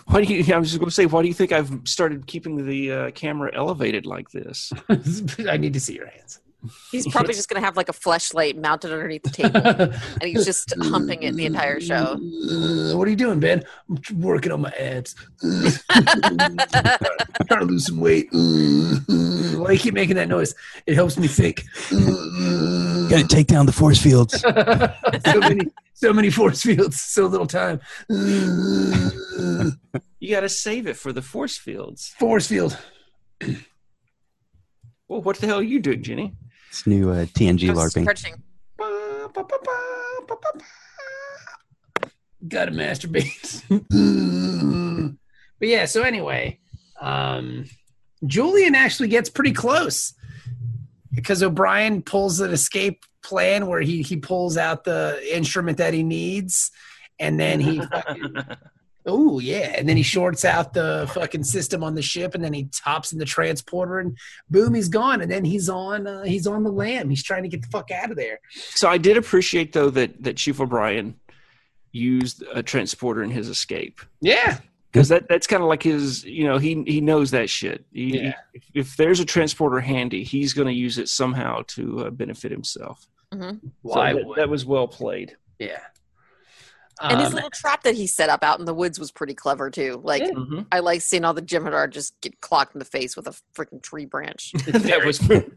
E: Why do you? I was just going to say, why do you think I've started keeping the uh, camera elevated like this?
C: [laughs] I need to see your hands.
B: He's probably just gonna have like a flashlight mounted underneath the table, and he's just humping it the entire show.
C: Uh, [laughs] what are you doing, Ben? I'm t- working on my
B: [laughs]
C: abs. Uh, trying to lose some weight. [laughs] Uh, uh, Why do you keep making that noise? It helps me think. [laughs] Uh,
F: Gotta take down the force fields.
C: so many, so many force fields, so little time. [laughs] Uh,
E: You got to save it for the force fields.
C: force field.
E: Well, what the hell are you doing, Jenny?
D: it's new uh, TNG
B: I was
D: LARPing.
B: crouching.
C: Ba, ba, ba, ba, ba, ba, ba. Gotta masturbate. [laughs] but yeah, so anyway, um, Julian actually gets pretty close because O'Brien pulls an escape plan where he, he pulls out the instrument that he needs and then he Oh yeah, and then he shorts out the fucking system on the ship, and then he tops in the transporter, and boom, he's gone. And then he's on, uh, he's on the lam. He's trying to get the fuck out of there.
E: So I did appreciate though that that Chief O'Brien used a transporter in his escape
C: Yeah,
E: because that that's kind of like his you know he he knows that shit. He,
C: Yeah.
E: if, if there's a transporter handy, he's going to use it somehow to uh, benefit himself.
C: why?
E: so that, that was well played.
C: yeah,
B: And his
C: Um,
B: little trap that he set up out in the woods was pretty clever too. Like
C: Yeah.
E: [laughs] hmm
B: I like seeing all the Jem'Hadar just get clocked in the face with a freaking tree branch.
E: that was [laughs]
C: it,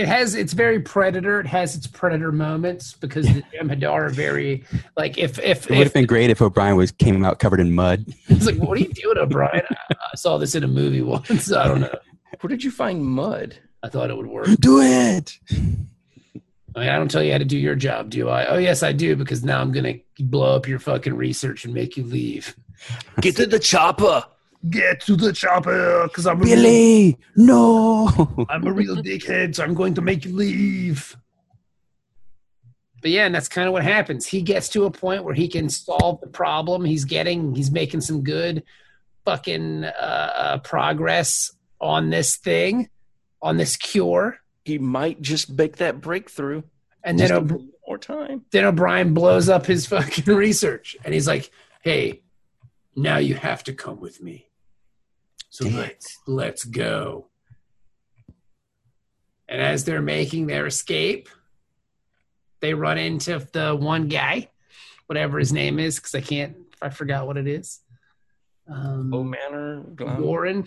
C: it has it's very predator. It has its predator moments because the Jem'Hadar are very like if if,
D: It would have
C: if
D: been great if O'Brien was came out covered in mud.
C: it's like what are you doing, O'Brien? I, I saw this in a movie once. [laughs] I don't know.
E: Where did you find mud?
C: I thought it would work.
D: Do it.
C: I mean, I don't tell you how to do your job, do I? Oh, yes, I do, because now I'm going to blow up your fucking research and make you leave.
E: Get to the chopper.
C: Get to the chopper, because I'm,
D: Billy, [laughs] no.
C: I'm a real dickhead, so I'm going to make you leave. But yeah, and that's kind of what happens. He gets to a point where he can solve the problem. He's getting, he's making some good fucking uh, uh, progress on this thing, on this cure.
E: He might just make that breakthrough.
C: And then
E: Just a
C: O'Brien.
E: little more time.
C: then O'Brien blows up his [laughs] fucking research and he's like, hey, now you have to come with me. So let's, let's go. And as they're making their escape, they run into the one guy, whatever his name is, because I can't, I forgot what it is. Um,
E: Oh, manner.
C: Warren.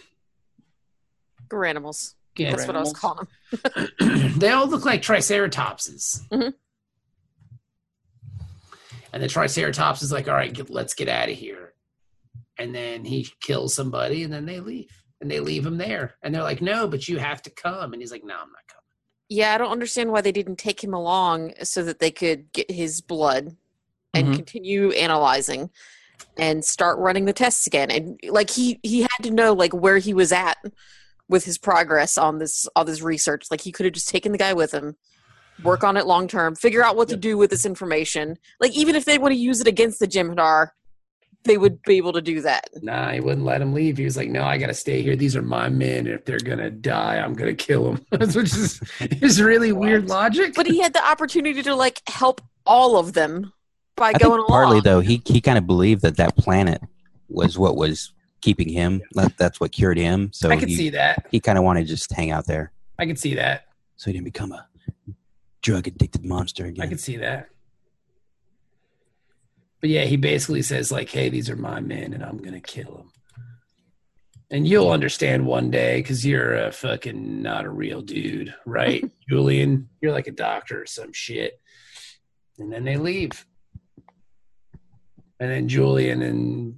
C: [clears throat]
B: We're animals.
C: Yeah,
B: That's what I was
E: Animals.
B: calling them.
C: they all look like triceratopses.
B: Mhm.
C: And the triceratops is like, all right, get, let's get out of here. And then he kills somebody and then they leave. And they leave him there. And they're like, no, but you have to come. And he's like, no, I'm not coming.
B: Yeah, I don't understand why they didn't take him along so that they could get his blood and
D: Mm-hmm.
E: Mhm.
B: continue analyzing and start running the tests again. And like he he had to know like where he was at with his progress on this all this research. Like he could have just taken the guy with him, work on it long term, figure out what to do with this information. Like even if they want to use it against the Jimhadar, they would be able to do that.
C: Nah, he wouldn't let him leave. He was like, "No, I got to stay here. These are my men. If they're gonna die, I'm gonna kill [laughs] them." Which is
D: [laughs]
C: is really weird logic.
B: But he had the opportunity to like help all of them by
D: I
B: going along.
D: think partly though he he kind of believed that that planet was what was keeping him. That, that's what cured him. So
C: I could
D: he,
C: see that.
D: he kind of wanted to just hang out there.
C: I could see that.
D: so he didn't become a drug addicted monster again.
C: I could see that. But yeah, he basically says like, "Hey, these are my men, and I'm gonna kill them." And you'll understand one day because you're a fucking not a real dude, right, Julian? You're like a doctor or some shit. And then they leave. And then Julian and,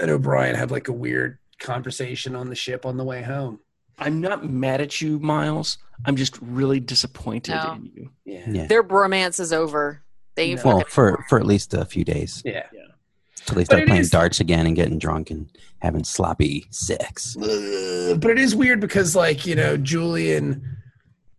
C: and O'Brien have like a weird conversation on the ship on the way home.
E: I'm not mad at you, Miles. I'm just really disappointed
B: No.
E: in you.
C: Yeah.
D: yeah.
B: Their bromance is over. They
C: No.
D: Well,
B: fucking-
D: for for at least a few days
C: Yeah.
D: till they
C: it
D: start playing
C: is-
D: darts again and getting drunk and having sloppy sex.
C: Ugh, uh, but it is weird because like you know julian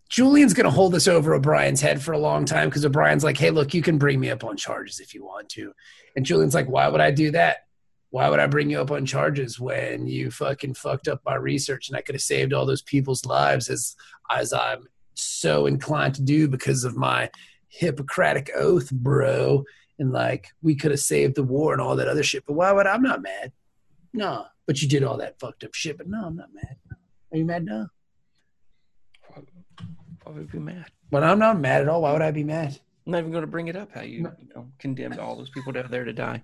C: julian's gonna hold this over o'brien's head for a long time because o'brien's like hey look you can bring me up on charges if you want to and julian's like why would i do that why would i bring you up on charges when you fucking fucked up my research and i could have saved all those people's lives as as i'm so inclined to do because of my hippocratic oath bro and like we could have saved the war and all that other shit but why would i'm not mad no, but you did all that fucked up shit. But no, I'm not mad. Are you mad now?
E: Why would I be mad?
C: But I'm not mad at all. Why would I be mad? [laughs]
E: I'm not even going to bring it up how you, you know, condemned all those people down there to die.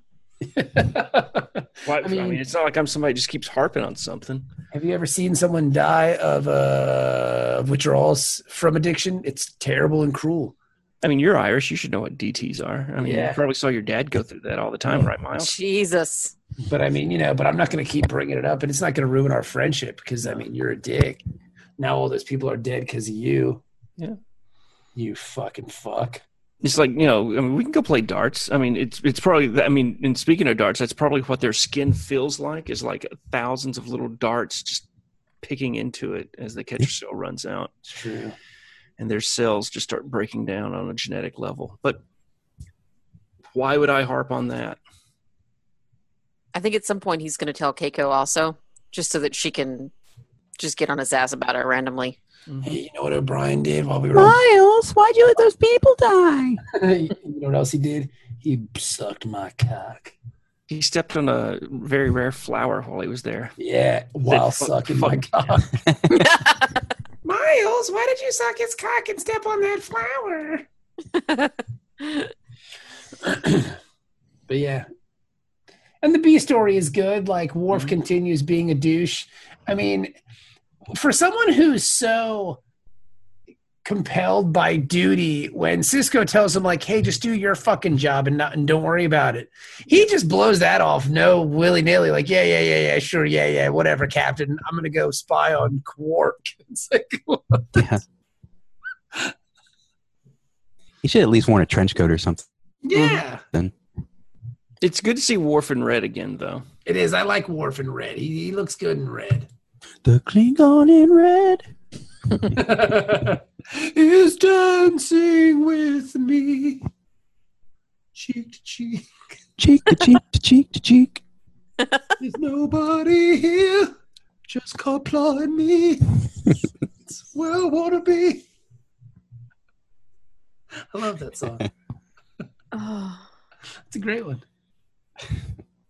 C: Have
E: Why,
C: I mean-
E: I mean, it's not like I'm somebody who just keeps harping on something.
C: you ever seen someone die of uh, of withdrawals from addiction? It's terrible and cruel.
E: I mean, you're Irish. You should know what DTs are. I mean,
C: Yeah.
E: you probably saw your dad go through that all the time, right, Miles?
B: Jesus.
C: But I mean, you know, but I'm not going to keep bringing it up, and it's not going to ruin our friendship because I mean, you're a dick. Now all those people are dead because of you.
E: Yeah.
C: You fucking fuck.
E: It's like you know, I mean, we can go play darts. I mean, it's it's probably. I mean, and speaking of darts, that's probably what their skin feels like is like thousands of little darts just picking into it as the catcher cell runs out,
C: It's true.
E: and their cells just start breaking down on a genetic level. But why would I harp on that?
B: I think at some point he's going to tell Keiko also, just so that she can just get on his ass about it
E: [sighs]
B: randomly. [laughs]
C: Hey, you know what O'Brien did while we were on
D: why'd you let those people die?
C: [laughs] you know what else he did? He sucked my cock.
E: He stepped on a very rare flower while he was there.
C: Yeah, while
E: fuck-
C: sucking
E: fuck
C: my cock. Miles, why did you suck his cock and step on that flower? But yeah. And the B story is good. Like Worf continues being a douche. I mean, for someone who's so compelled by duty, when Cisco tells him like, "Hey, just do your fucking job and not and don't worry about it," he just blows that off no willy nilly. Like, yeah, yeah, yeah, yeah, sure, yeah, yeah, whatever, Captain. I'm gonna go spy on Quark. [laughs] It's like,
D: Yeah. He should at least worn a trench coat or something.
C: yeah,
E: It's good to see Worf in red again, though.
C: it is. I like Worf in red. He, he looks good in red.
D: The Klingon in red.
G: [laughs]
C: is dancing with me cheek to cheek
D: Cheek to cheek to cheek to cheek.
G: There's nobody here. Just comply me. it's where I want to be.
C: i love that song
B: oh,
C: it's a great one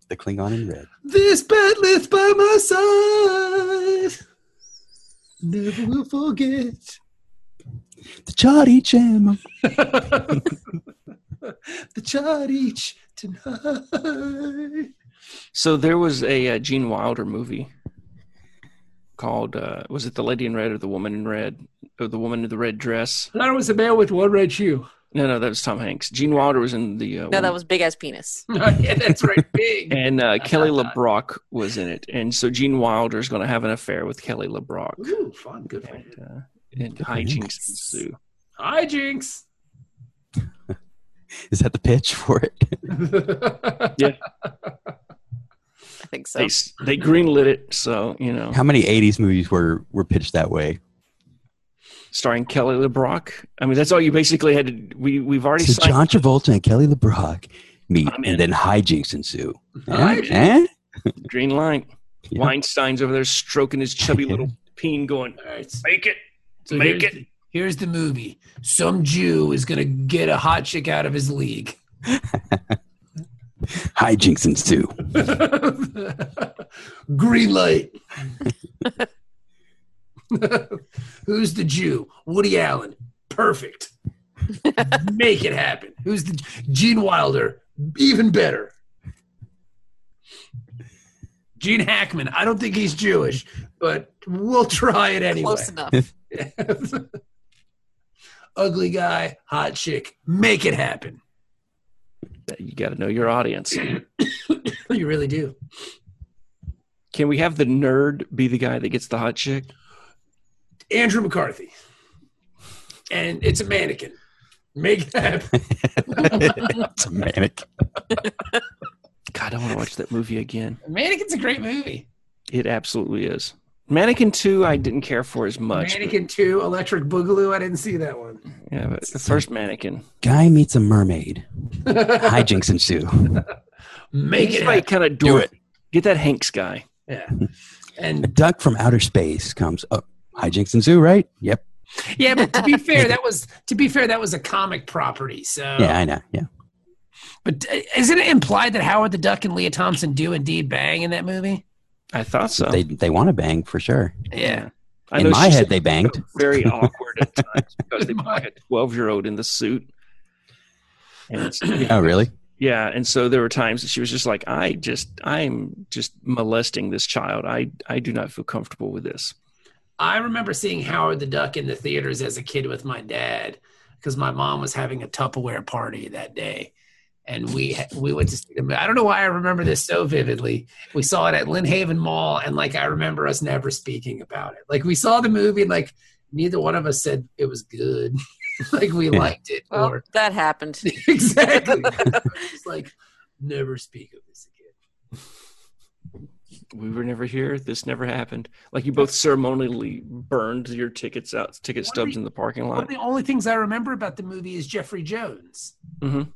D: The Klingon in red.
G: This battleth by my side. Never will
C: [laughs]
G: forget. [laughs]
D: The Charlie Jam.
G: The child each tonight.
E: So there was a uh, Gene Wilder movie called uh, was it the Lady in Red or the Woman in Red or the Woman in the Red Dress?
C: that was a man with one red shoe [laughs]
E: No, no, that was Tom Hanks. Gene Wilder was in the uh,
B: no, that
E: Woman-
B: was big ass penis.
C: yeah that's right
E: [laughs]
C: big
E: and uh, Kelly LeBrock was in it, and so Gene Wilder is going to have an affair with Kelly LeBrock,
C: Ooh, fun good one
E: and, uh, and
D: for you.
E: hijinks ensue.
C: hi jinx [laughs]
D: Is that the pitch [laughs] for it?
B: I think so.
E: They s- they greenlit it, so you know,
D: How many '80s movies were were pitched that way?
E: starring Kelly LeBrock. I mean, that's all you basically had to. We we've already
D: So
E: signed.
D: John Travolta and Kelly LeBrock meet,
E: I'm in.
D: and then hijinks ensue.
E: [laughs]
D: Eh?
E: Hijinks.
D: Eh?
E: Green line.
D: Yeah.
E: Weinstein's over there stroking his chubby little peen, going,
C: All right.
E: "Make it,
C: So
E: make
C: here's
E: it."
C: the- here's the movie. Some Jew is going to get a hot chick out of his league.
D: Hijinks
E: [laughs]
D: ensue.
C: [laughs] Green light. Who's the Jew? Woody Allen. [laughs] Perfect. Make it happen. Who's the Gene Wilder? Even better. Gene Hackman. I don't think he's Jewish, but we'll try it anyway.
B: Close enough.
C: [laughs] Ugly guy, hot chick. Make it happen.
E: You got to know your audience.
C: You really do.
E: Can we have the nerd be the guy that gets the hot chick?
C: Andrew McCarthy. And it's a mannequin. Make that.
D: it's a manic.
E: God, I want to watch that movie again.
C: [laughs] Mannequin's a great movie.
E: It absolutely is. Mannequin Two, I didn't care for as much. but-
C: Mannequin 2, Electric Boogaloo. I didn't see that one. [laughs]
E: yeah, but the first Mannequin.
D: Guy meets a mermaid. Hijinks ensue.
C: Make
E: He's
C: it
E: like
C: happen.
E: kind of
D: Do
E: dork. Get that Hanks guy.
C: Yeah.
D: A
C: And
D: duck from outer space comes up. Hijinks ensue, right? Yep.
C: yeah, but to be fair, that was to be fair, that was a comic property.
E: Oh.
C: So
D: Yeah, I know. Yeah.
C: but uh, isn't it implied that Howard the Duck and Leah Thompson do indeed bang in that movie?
E: I thought so.
D: They they want to bang for sure.
C: Yeah.
E: Oh. I
D: In
E: know
D: my
E: she's
D: head, they banged.
E: very awkward
D: [laughs]
E: at times because they put like a twelve-year-old in the suit. And it's,
D: Oh, really?
E: yeah, and so there were times that she was just like, "I just, I'm just molesting this child. I, I do not feel comfortable with this."
C: I remember seeing Howard the Duck in the theaters as a kid with my dad because my mom was having a Tupperware party that day, and we we went to see the. mo- I don't know why I remember this so vividly. We saw it at Lynn Haven Mall, and like I remember us never speaking about it. Like we saw the movie, and like neither one of us said it was good. [laughs] like we
D: Yeah.
C: liked it,
B: Well,
C: or [laughs]
B: that happened.
C: exactly. [laughs] It's like never speak of this again.
E: we were never here. This never happened. Like you both ceremonially burned your tickets out, ticket
C: What
E: stubs
C: the-
E: in the parking
C: One of
E: lot
C: the only things I remember about the movie is Jeffrey Jones,
E: Mhm.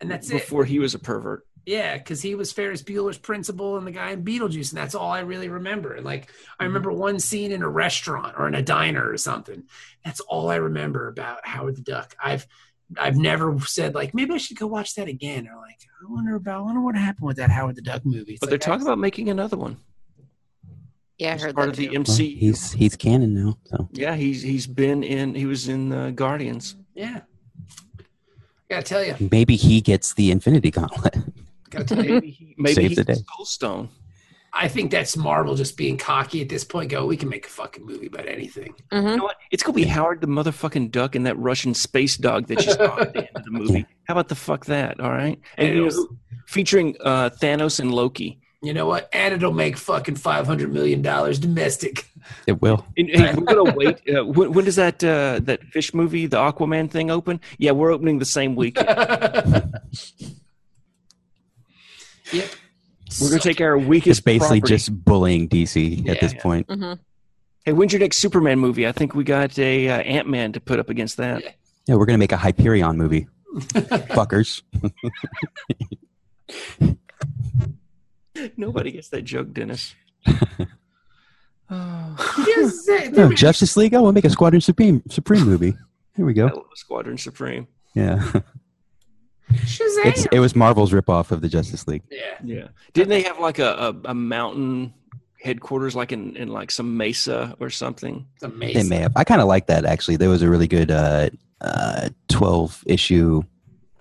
C: and that's it.
E: before he was a pervert.
C: Yeah, because he was Ferris Bueller's principal and the guy in Beetlejuice, and that's all I really remember. And like,
E: Mm-hmm.
C: I remember one scene in a restaurant or in a diner or something. That's all I remember about Howard the Duck. I've I've never said like maybe I should go watch that again or like I wonder about I wonder what happened with that Howard the Duck movie. It's
E: But
C: like,
E: they're talking
C: I-
E: about making another one.
B: Yeah, I
E: He's
B: heard
E: part
B: that.
E: of the
B: too.
D: Well,
E: MC.
D: he's he's canon now. So
E: yeah, he's he's been in. He was in uh, Guardians.
C: yeah. Gotta tell you,
D: maybe he gets the Infinity Gauntlet. [laughs]
C: gotta tell you.
E: Maybe he, maybe
D: Save
E: he's
D: the day.
E: Soul Stone.
C: [laughs] I think that's Marvel just being cocky at this point. Go, we can make a fucking movie about anything.
B: Mm-hmm.
E: You know what? It's gonna be Howard the motherfucking duck and that Russian space dog that you saw at the end of the movie. How about the fuck that? All right,
C: And
E: and, you know,
C: it'll-
E: featuring uh, Thanos and Loki.
C: You know what? And it'll make fucking five hundred million dollars domestic.
D: It will.
E: And, hey, we're [laughs] gonna wait. Uh, when, when does that uh, that fish movie, the Aquaman thing, open? Yeah, we're opening the same weekend.
C: Yep.
E: We're gonna take our
D: It's
E: weakest.
D: basically
E: property.
D: just bullying DC at
E: Yeah.
D: this point.
B: hmm hmm
E: Hey, when's your next Superman movie? I think we got a uh, Ant Man to put up against that.
D: Yeah, we're gonna make a Hyperion
E: [laughs]
D: movie. Fuckers.
E: Nobody gets that
D: [laughs]
E: joke, [sighs] Dennis. oh,
C: Yes, it-
D: No, Justice League. Oh, we'll make a Squadron Supreme Supreme movie. Here we
E: I
D: go.
E: love Squadron Supreme.
D: Yeah, [laughs]
C: Shazam.
D: it's it was Marvel's ripoff of the Justice League.
C: yeah.
E: Yeah. Didn't they have like a, a, a mountain headquarters, like in, in like some mesa or something?
C: It's amazing.
D: They may have. I kind of like that actually. There was a really good uh, uh, twelve issue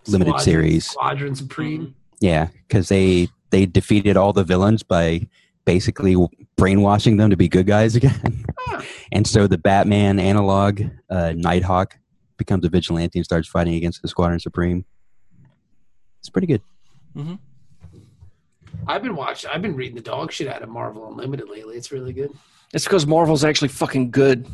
D: limited
C: Squadron-
D: series.
C: Squadron Supreme.
D: Yeah, because they they defeated all the villains by basically brainwashing them to be good guys [laughs] again.
C: Huh.
D: and so the Batman analog, uh, Nighthawk, becomes a vigilante and starts fighting against the Squadron Supreme. It's pretty good.
C: I've been watching. I've been reading the dog shit out of Marvel Unlimited lately. It's really good.
E: It's because Marvel's actually fucking good.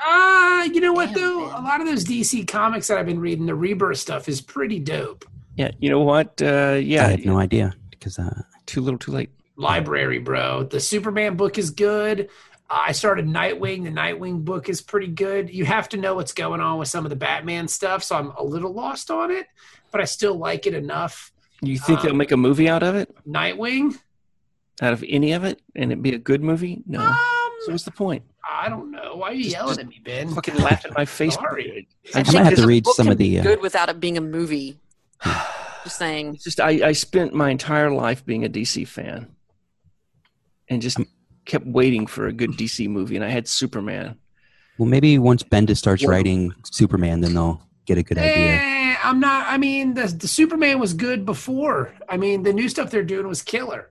C: Ah, you know what
B: Damn,
C: though?
B: Ben.
C: A lot of those DC comics that I've been reading, the Rebirth stuff is pretty dope.
E: Yeah. You know what? Uh,
D: I
E: yeah.
D: had no idea because uh,
E: Too little, too late.
C: Library, bro. The Superman book is good. I started Nightwing. The Nightwing book is pretty good. You have to know what's going on with some of the Batman stuff, so I'm a little lost on it, but I still like it enough.
E: You think
C: Um,
E: they'll make a movie out of it?
C: Nightwing.
E: Out of any of it? And it'd be a good movie? No. so
C: Um,
E: what's the point?
C: I don't know. Why are you
E: Just-
C: yelling
E: just
C: at me, Ben?
E: Fucking
C: [laughs]
E: laugh at my face.
C: Sorry.
E: I
D: I might have to read
B: book
D: some
B: can
D: of
B: be
D: the. Uh,
B: good without it being a
D: [sighs]
B: movie. Just saying.
E: It's just I, I spent my entire life being a DC fan, and just kept waiting for a good DC movie. And I had Superman.
D: well, maybe once Bendis starts writing Superman, then they'll get a good idea.
C: Eh, I'm not. I mean, the, the Superman was good before. I mean, the new stuff they're doing was killer.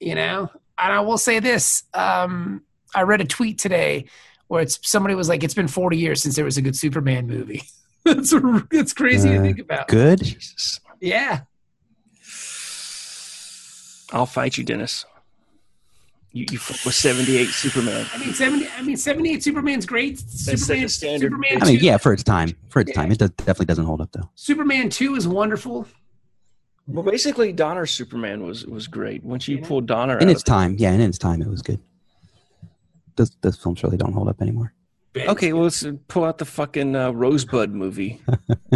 C: You know, and I will say this: um, I read a tweet today where it's somebody was like, "It's been 40 years since there was a good Superman movie." [laughs] That's r- it's crazy to
D: Uh,
C: think about.
D: Good.
E: Jesus,
C: Yeah,
E: I'll fight you, Dennis. You you fuck with seventy eight Superman.
C: I mean, 70. I mean, 78 Superman's great.
E: such a
C: Superman,
E: standard.
C: Superman
D: I mean,
C: two-
D: yeah, for its time. For its time, it does, definitely doesn't hold up though.
C: Superman two is wonderful.
E: Well, basically, Donner Superman was was great. Once you pull Donner
D: In
E: out
D: its
E: of
D: time, yeah, in its time, it was good. Those those films really don't hold up anymore.
C: Ben,
E: okay, well, let's pull out the fucking uh, Rosebud [laughs] movie.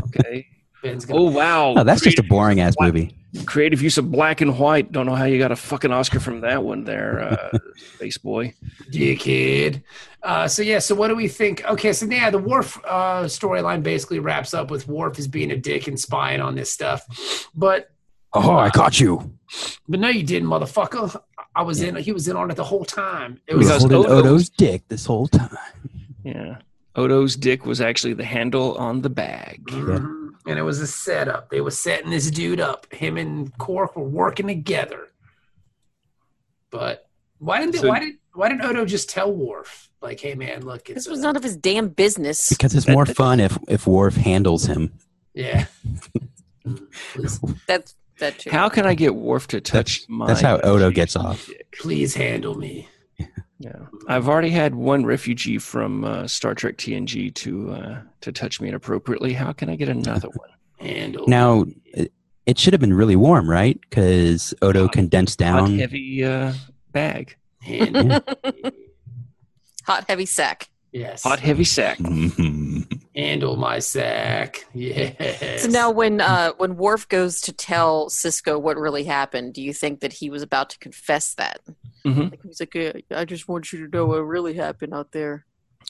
E: Okay.
C: Ben's gonna
E: oh wow.
D: Oh, that's just a
E: Creative-
D: boring ass movie.
E: creative use of black and white. Don't know how you got a fucking Oscar from that one there, [laughs] uh, Space Boy.
C: dickhead. Uh, so yeah, so what do we think? Okay, so yeah, the Worf uh, storyline basically wraps up with Worf as being a dick and spying on this stuff, but
D: Oh, I caught you.
C: but no, you didn't, motherfucker. I was in. He was in on it the whole time. It
D: It was
C: was.
E: Because
D: holding
E: Odo's-
D: Odo's dick this whole time.
E: Yeah. Odo's dick was actually the handle on the bag.
C: Mhm. And it was a setup. They were setting this dude up. Him and Cork were working together. But why didn't they,
E: So-
C: why did why didn't Odo just tell Worf like, hey man, look, it's
B: This was
C: a-
B: none of his damn business.
D: Because it's
E: That-
D: more fun if if Worf handles him.
C: yeah. please,
B: That's that too.
E: How can I get Worf to touch my?
D: That's how Odo gets off.
E: dick?
C: please handle me.
E: Yeah. I've already had one refugee from uh, Star Trek TNG to uh, to touch me inappropriately. How can I get another one?
C: Handle
D: Now, it, it should have been really warm, right? Because Odo
E: Hot-
D: condensed [laughs]
E: Hot
D: down.
E: heavy uh, bag.
C: handle
B: Hot heavy sack.
C: Yes.
E: Hot heavy sack.
D: Mhm.
C: Handle my sack. Yes.
B: So
C: [laughs]
B: now, when uh, when Worf goes to tell Cisco what really happened, do you think that he was about to confess that?
C: Mm-hmm.
E: Mhm.
B: Like, he's like, "Yeah, "I just want you to know what really happened out there.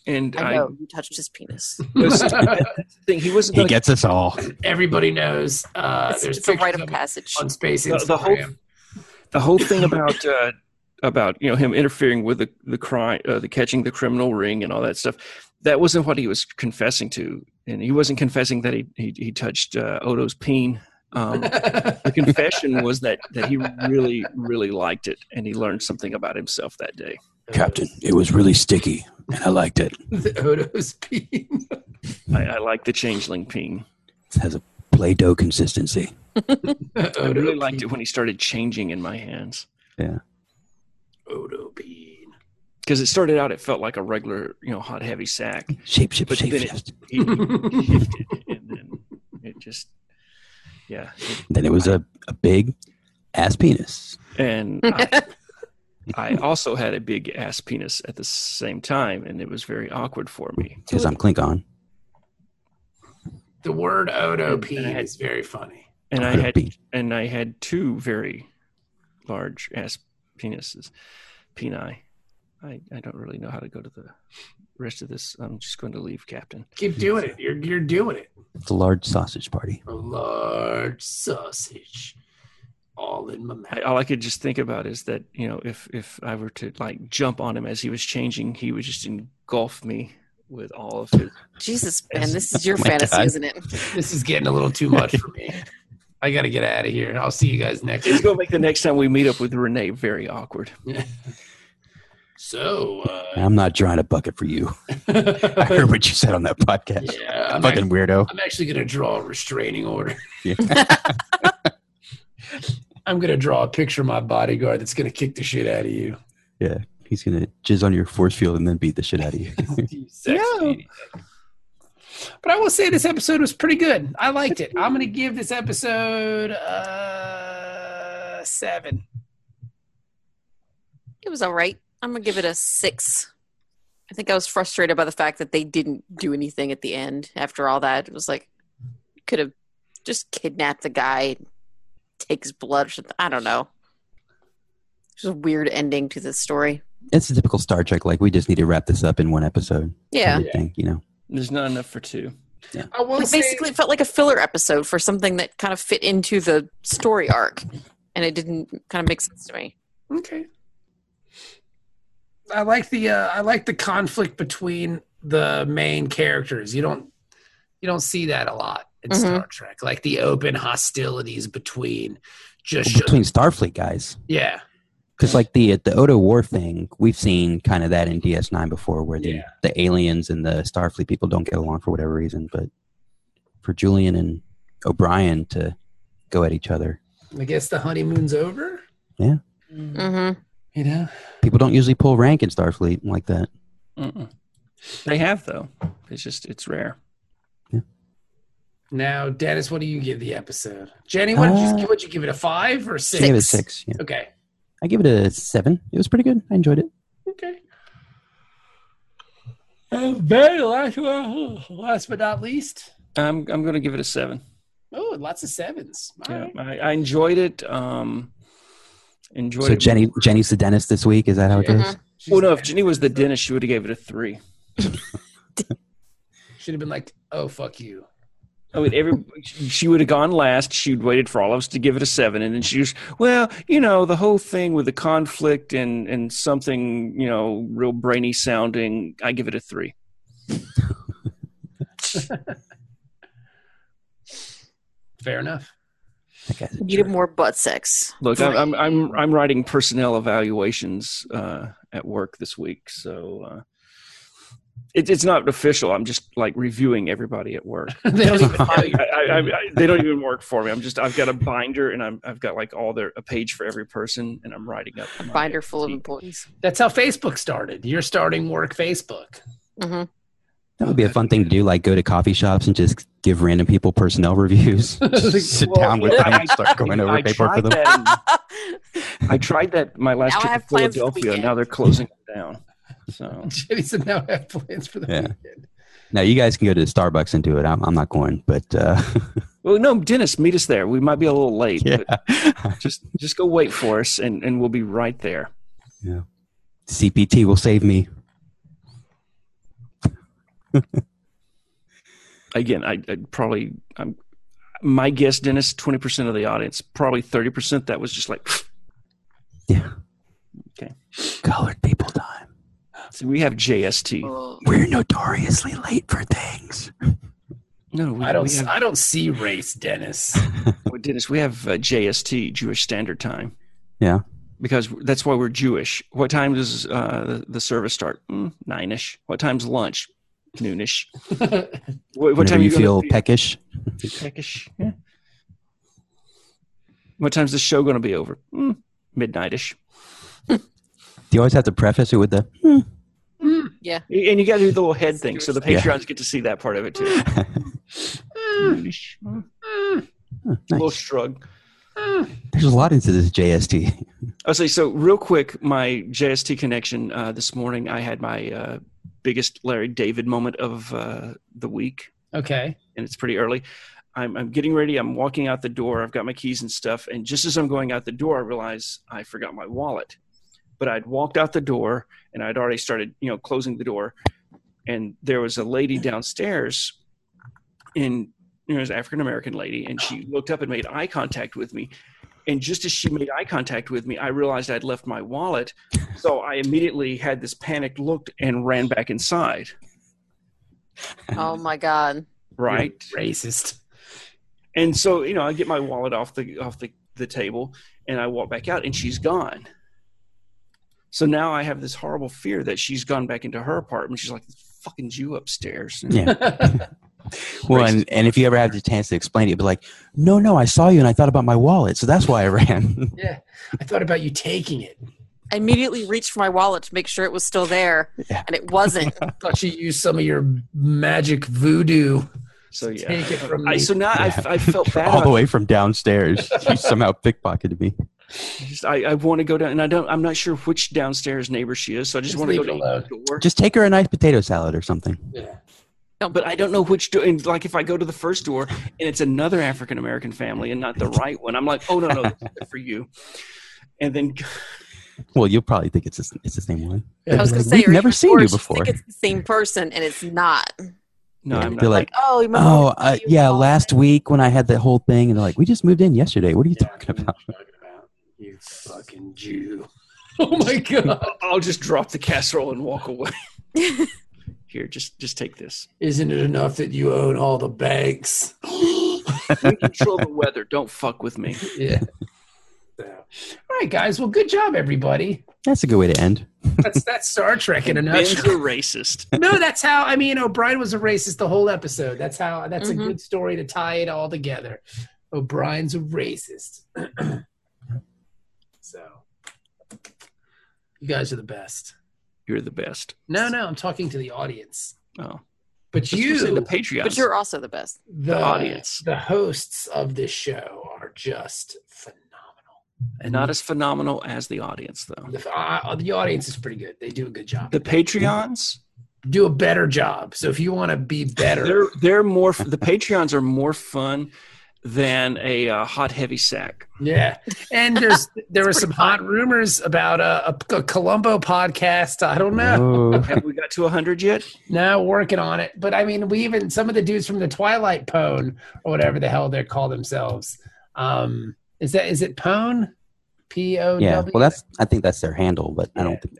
E: And
B: I
E: I,
B: know you touched his penis. [laughs]
E: that's the thing. He wasn't
D: He
E: going to
D: gets us all.
C: everybody knows. Uh,
B: it's
C: there's
B: it's a
C: pictures
B: rite of
C: of it
B: passage.
C: on space
E: The-
C: Instagram.
E: the whole- the whole thing about uh, about you know him interfering with the the crime, uh, the catching the criminal ring, and all that stuff. That wasn't what he was confessing to, and he wasn't confessing that he he, he touched uh, Odo's peen. Um, [laughs] the confession was that that he really really liked it, and he learned something about himself that day.
F: Captain, it was really sticky, and I liked it.
C: the Odo's peen.
E: I, I like the changeling peen.
F: It has a Play Doh consistency.
E: I
C: [laughs] Odo
E: really liked it when he started changing in my hands
C: Odo bean.
E: because it started out it felt like a regular you know hot heavy sack.
F: Shape, shape,
E: But
F: shape.
E: then it-
F: shift.
E: He, he shifted, and then it just yeah. it-
D: Then it was a, a big ass penis.
E: and I, I also had a big ass penis at the same time, and it was very awkward for me.
D: Because I'm Klingon.
C: The word Odo
E: And-
C: peen
E: and I-
C: is very funny.
E: And I
D: Odo
E: had
D: peen.
E: and I had two very large ass penises, peni. I I don't really know how to go to the rest of this. I'm just going to leave, Captain.
C: Keep doing it. You're you're doing it.
D: It's a large sausage party.
C: A large sausage, all in my mouth.
E: I, all I could just think about is that you know if if I were to like jump on him as he was changing, he would just engulf me with all of his.
B: Jesus,
E: Yes.
B: man, this
D: [laughs]
B: is your
D: Oh my
B: fantasy,
D: God.
B: isn't it?
C: this is getting a little too much for
E: [laughs]
C: me. I gotta get out of here. I'll see you guys next.
E: It's going to make the next time we meet up with Renee very awkward.
C: So, uh,
D: I'm not drawing a bucket for you. [laughs]
C: [laughs]
D: I heard what you said on that podcast.
C: yeah, I'm,
D: Fucking
C: act-
D: weirdo.
C: I'm actually gonna draw a restraining order.
D: Yeah.
C: [laughs] I'm gonna draw a picture of my bodyguard that's gonna kick the shit out of
D: [laughs]
C: you.
D: He's going to jizz on your force field and then beat the shit out of you.
C: You sex maniac. But I will say this episode was pretty good. I liked it. I'm gonna give this episode uh seven.
B: It was all right. I'm gonna give it a six. I think I was frustrated by the fact that they didn't do anything at the end. After all that, it was like could have just kidnapped the guy, takes blood or something. I don't know. Just a weird ending to this story.
D: It's a typical Star Trek. Like we just need to wrap this up in one episode.
B: Yeah.
D: kind of thing, you know.
E: There's not enough for two.
C: I will
B: Like, basically, it felt like a filler episode for something that kind of fit into the story arc. And it didn't kind of make sense to me.
C: Okay. I like the uh, I like the conflict between the main characters. You don't you don't see that a lot in
B: Mhm.
C: Star Trek. Like the open hostilities between just
D: Well, between Starfleet guys.
C: yeah.
D: Because like the the Odo War thing, we've seen kind of that in DS9 before, where the,
C: Yeah.
D: the aliens and the Starfleet people don't get along for whatever reason. But for Julian and O'Brien to go at each other,
C: I guess the honeymoon's over.
B: Mm-hmm.
C: You know,
D: people don't usually pull rank in Starfleet like that.
E: Mm-mm. They have though. It's just it's rare.
C: now Dennis, what do you give the episode? Jenny, what did you
D: Uh,
C: what you give it a five or
D: I gave it a
C: six?
D: six. Yeah,
C: Okay,
D: I gave it a seven. It was pretty good. I enjoyed it.
C: okay. And then Uh, last, uh, last but not least,
E: I'm I'm gonna give it a seven.
C: oh, lots of sevens. All
E: Yeah,
C: right.
E: I, I enjoyed it. Um, enjoyed
D: So
E: it.
D: Jenny, Jenny's the dentist this week. Is that how it
B: Yeah.
D: goes?
E: Well, Oh, no, if Jenny was the dentist, she would have gave it a three.
C: Should have been like, oh fuck you.
E: I mean, Oh, every [laughs] she would have gone last. She'd waited for all of us to give it a seven, and then she was, well, you know, the whole thing with the conflict and and something, you know, real brainy sounding. I give it a three.
C: Fair enough. [laughs]
D: That guy's a
B: Needed
D: jerk.
B: more butt sex.
E: Look, I'm I'm I'm, I'm writing personnel evaluations uh, at work this week, so uh, it, it's not official. I'm just like reviewing everybody at work.
C: they don't
E: [laughs]
C: even know
E: I,
C: you.
E: I, I, they don't even work for me. I'm just I've got a binder and I'm I've got like all their a page for every person, and I'm writing up my-
B: Binder full of employees.
C: That's how Facebook started. You're starting work
D: [laughs]
C: Facebook. [laughs]
B: hmm
D: That would be a fun thing to do. Like go to coffee shops and just give random people personnel [laughs] reviews. Just sit
E: Well,
D: down with
E: yeah,
D: them and start going over
E: I
D: paperwork for
E: tried
D: them.
E: that
D: [laughs]
E: in- I tried that my last
B: Now I
E: trip
B: have
E: to
B: plans for the
E: Philadelphia.
B: weekend.
E: Now they're closing it down. So
C: Jenny said now I have plans for the
D: Yeah.
C: weekend.
D: Now you guys can go to the Starbucks and do it. I'm, I'm not going, but uh, [laughs]
E: well, no, Dennis, meet us there. We might be a little late.
D: yeah,
E: But just just go wait for us, and and we'll be right there.
D: CPT will save me.
E: Again, I I'd probably I'm. My guess, Dennis, twenty percent of the audience, probably thirty percent. That was just like
D: Colored people time.
E: see, we have JST.
D: We're notoriously late for things.
E: No, we,
C: I don't.
E: We have,
C: I don't see race,
D: [laughs]
C: Dennis.
E: well, Dennis, we have uh, JST, Jewish Standard Time.
D: Yeah.
E: Because that's why we're Jewish. What time does uh, the, the service start? Mm, Nine ish. What time's lunch? Noonish. [laughs] What, what
D: Whenever
E: time
D: you
E: you gonna
D: feel
E: be-
D: peckish?
E: peckish? Yeah. What time's the show going to be over? Mm, midnightish.
D: Do you always have to preface it with the? "Hmm,
E: And you got to do the little head thing, [laughs] so the Patreons get to see that part of it
D: [laughs]
E: too. Noonish. Mm,
D: "Huh,
E: Little
D: nice.
E: shrug.
D: There's a lot into this [laughs] JST.
E: I'll say Oh, so real quick. My JST connection uh, this morning. I had my uh, biggest Larry David moment of uh, the week,
C: okay.
E: and it's pretty early. I'm, I'm getting ready. I'm walking out the door. I've got my keys and stuff. And just as I'm going out the door, I realize I forgot my wallet. But I'd walked out the door, and I'd already started, you know, closing the door. And there was a lady downstairs, and you know, it was an African American lady, and she looked up and made eye contact with me. And just as she made eye contact with me, I realized I'd left my wallet. So I immediately had this panicked look and ran back inside.
B: [laughs] Oh my God.
E: Right.
C: Racist. [laughs]
E: And so, you know, I get my wallet off the off the, the table and I walk back out and she's gone. So now I have this horrible fear that she's gone back into her apartment. She's like, fucking Jew upstairs.
D: Yeah. Well, and, and if you ever have the chance to explain it, be like, no, no, I saw you and I thought about my wallet, so that's why I ran. [laughs]
C: yeah. I thought about you taking it.
B: I immediately reached for my wallet to make sure it was still there,
D: Yeah.
B: and it wasn't.
D: [laughs]
C: Thought you used some of your magic voodoo.
E: So yeah.
C: Take it from
E: I,
C: me.
E: so now
D: Yeah.
E: I, I felt
D: [laughs]
E: bad.
D: All the
E: about-
D: way from downstairs. you somehow pickpocketed me.
E: just- I, I want to go down and I don't I'm not sure which downstairs neighbor she is. So I just
C: Just
E: want to go
C: leave it
E: down the door.
D: Just take her a nice potato salad or something.
C: Yeah.
B: Don't
E: but I don't know which door. And like, if I go to the first door and it's another African American family and not the right one, I'm like, oh no, no, this is for you. And then
D: Well, you'll probably think it's the, it's the same one.
B: I was
D: Like,
B: going to say,
D: we've
B: are
D: never seen
B: sure
D: you
B: she
D: before.
B: Think it's the same person, and it's not.
E: no,
D: Yeah,
E: I'm
D: they're
E: not.
D: like,
B: oh, remember
D: oh,
B: when
D: uh,
B: you
D: yeah,
B: called
D: last
B: it?
D: week when I had that whole thing, and they're like, we just moved in yesterday. What are you talking about?
C: You fucking Jew. [laughs] Oh my
E: [laughs]
C: god.
E: I'll just drop the casserole and walk away. Here, just just take this.
C: Isn't it enough that you own all the banks?
E: We control the weather. Don't fuck with me.
C: yeah. So, [laughs] All right, guys. Well, good job, everybody.
D: That's a good way to end.
C: That's that's Star Trek in a
E: Ben's
C: nutshell.
E: a racist.
C: no, that's how I mean O'Brien was a racist the whole episode. That's how that's
B: Mhm.
C: a good story to tie it all together. O'Brien's a racist. [clears throat] so you guys are the best.
E: You're the best.
C: No, no, I'm talking to the audience.
E: Oh,
C: But
E: That's
C: you
E: what's in the Patreon.
B: But you're also the best.
C: the
E: audience.
C: the hosts of this show are just phenomenal.
E: And not as phenomenal as the audience, though.
C: The, uh, the audience is pretty good. They do a good job.
E: The Patreons,
C: do a better job. So if you want to be better,
E: they're they're more. The Patreons are more fun than a uh, hot heavy sack.
C: yeah. And
D: [laughs]
C: there's there were some hot rumors about a, a, a Columbo podcast. I don't know.
D: Oh,
E: Have we got to hundred yet?
C: No, working on it. But I mean, we even some of the dudes from the Twilight Pone or whatever the hell they call themselves. Um, is that is it Pone? P [laughs] O W.
D: Oh, yeah. Well, that's I think that's their handle, but I don't think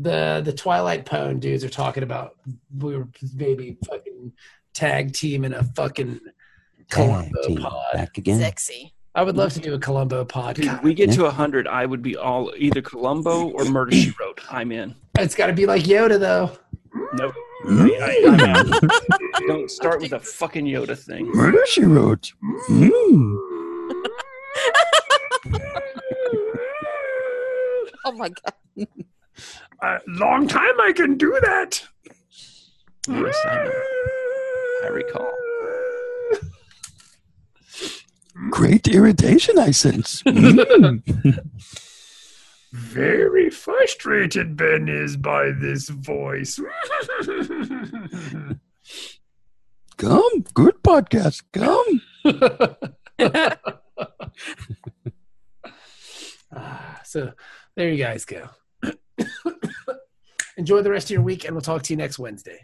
C: the the Twilight Pone dudes are talking about we were maybe fucking tag team in a fucking
D: tag
C: Columbo
D: team
C: pod.
D: back again.
B: Sexy.
C: I would love to do a Columbo pod.
E: Dude, we get to to hundred, I would be all either Columbo or Murder She Wrote. I'm in.
C: It's got to be like Yoda though.
E: No,
D: Hmm?
E: I- I- I'm out. Don't start with a fucking Yoda thing.
F: Murder she wrote. Mm.
B: Oh my god.
C: A long time I can do that.
E: Yes, I, know. I recall.
F: Great irritation, I sense. Mm.
C: Very frustrated Ben is by this voice. [laughs]
F: Come, good podcast. Come.
C: Ah, [laughs] so [coughs] there you guys go. Enjoy the rest of your week, and we'll talk to you next Wednesday.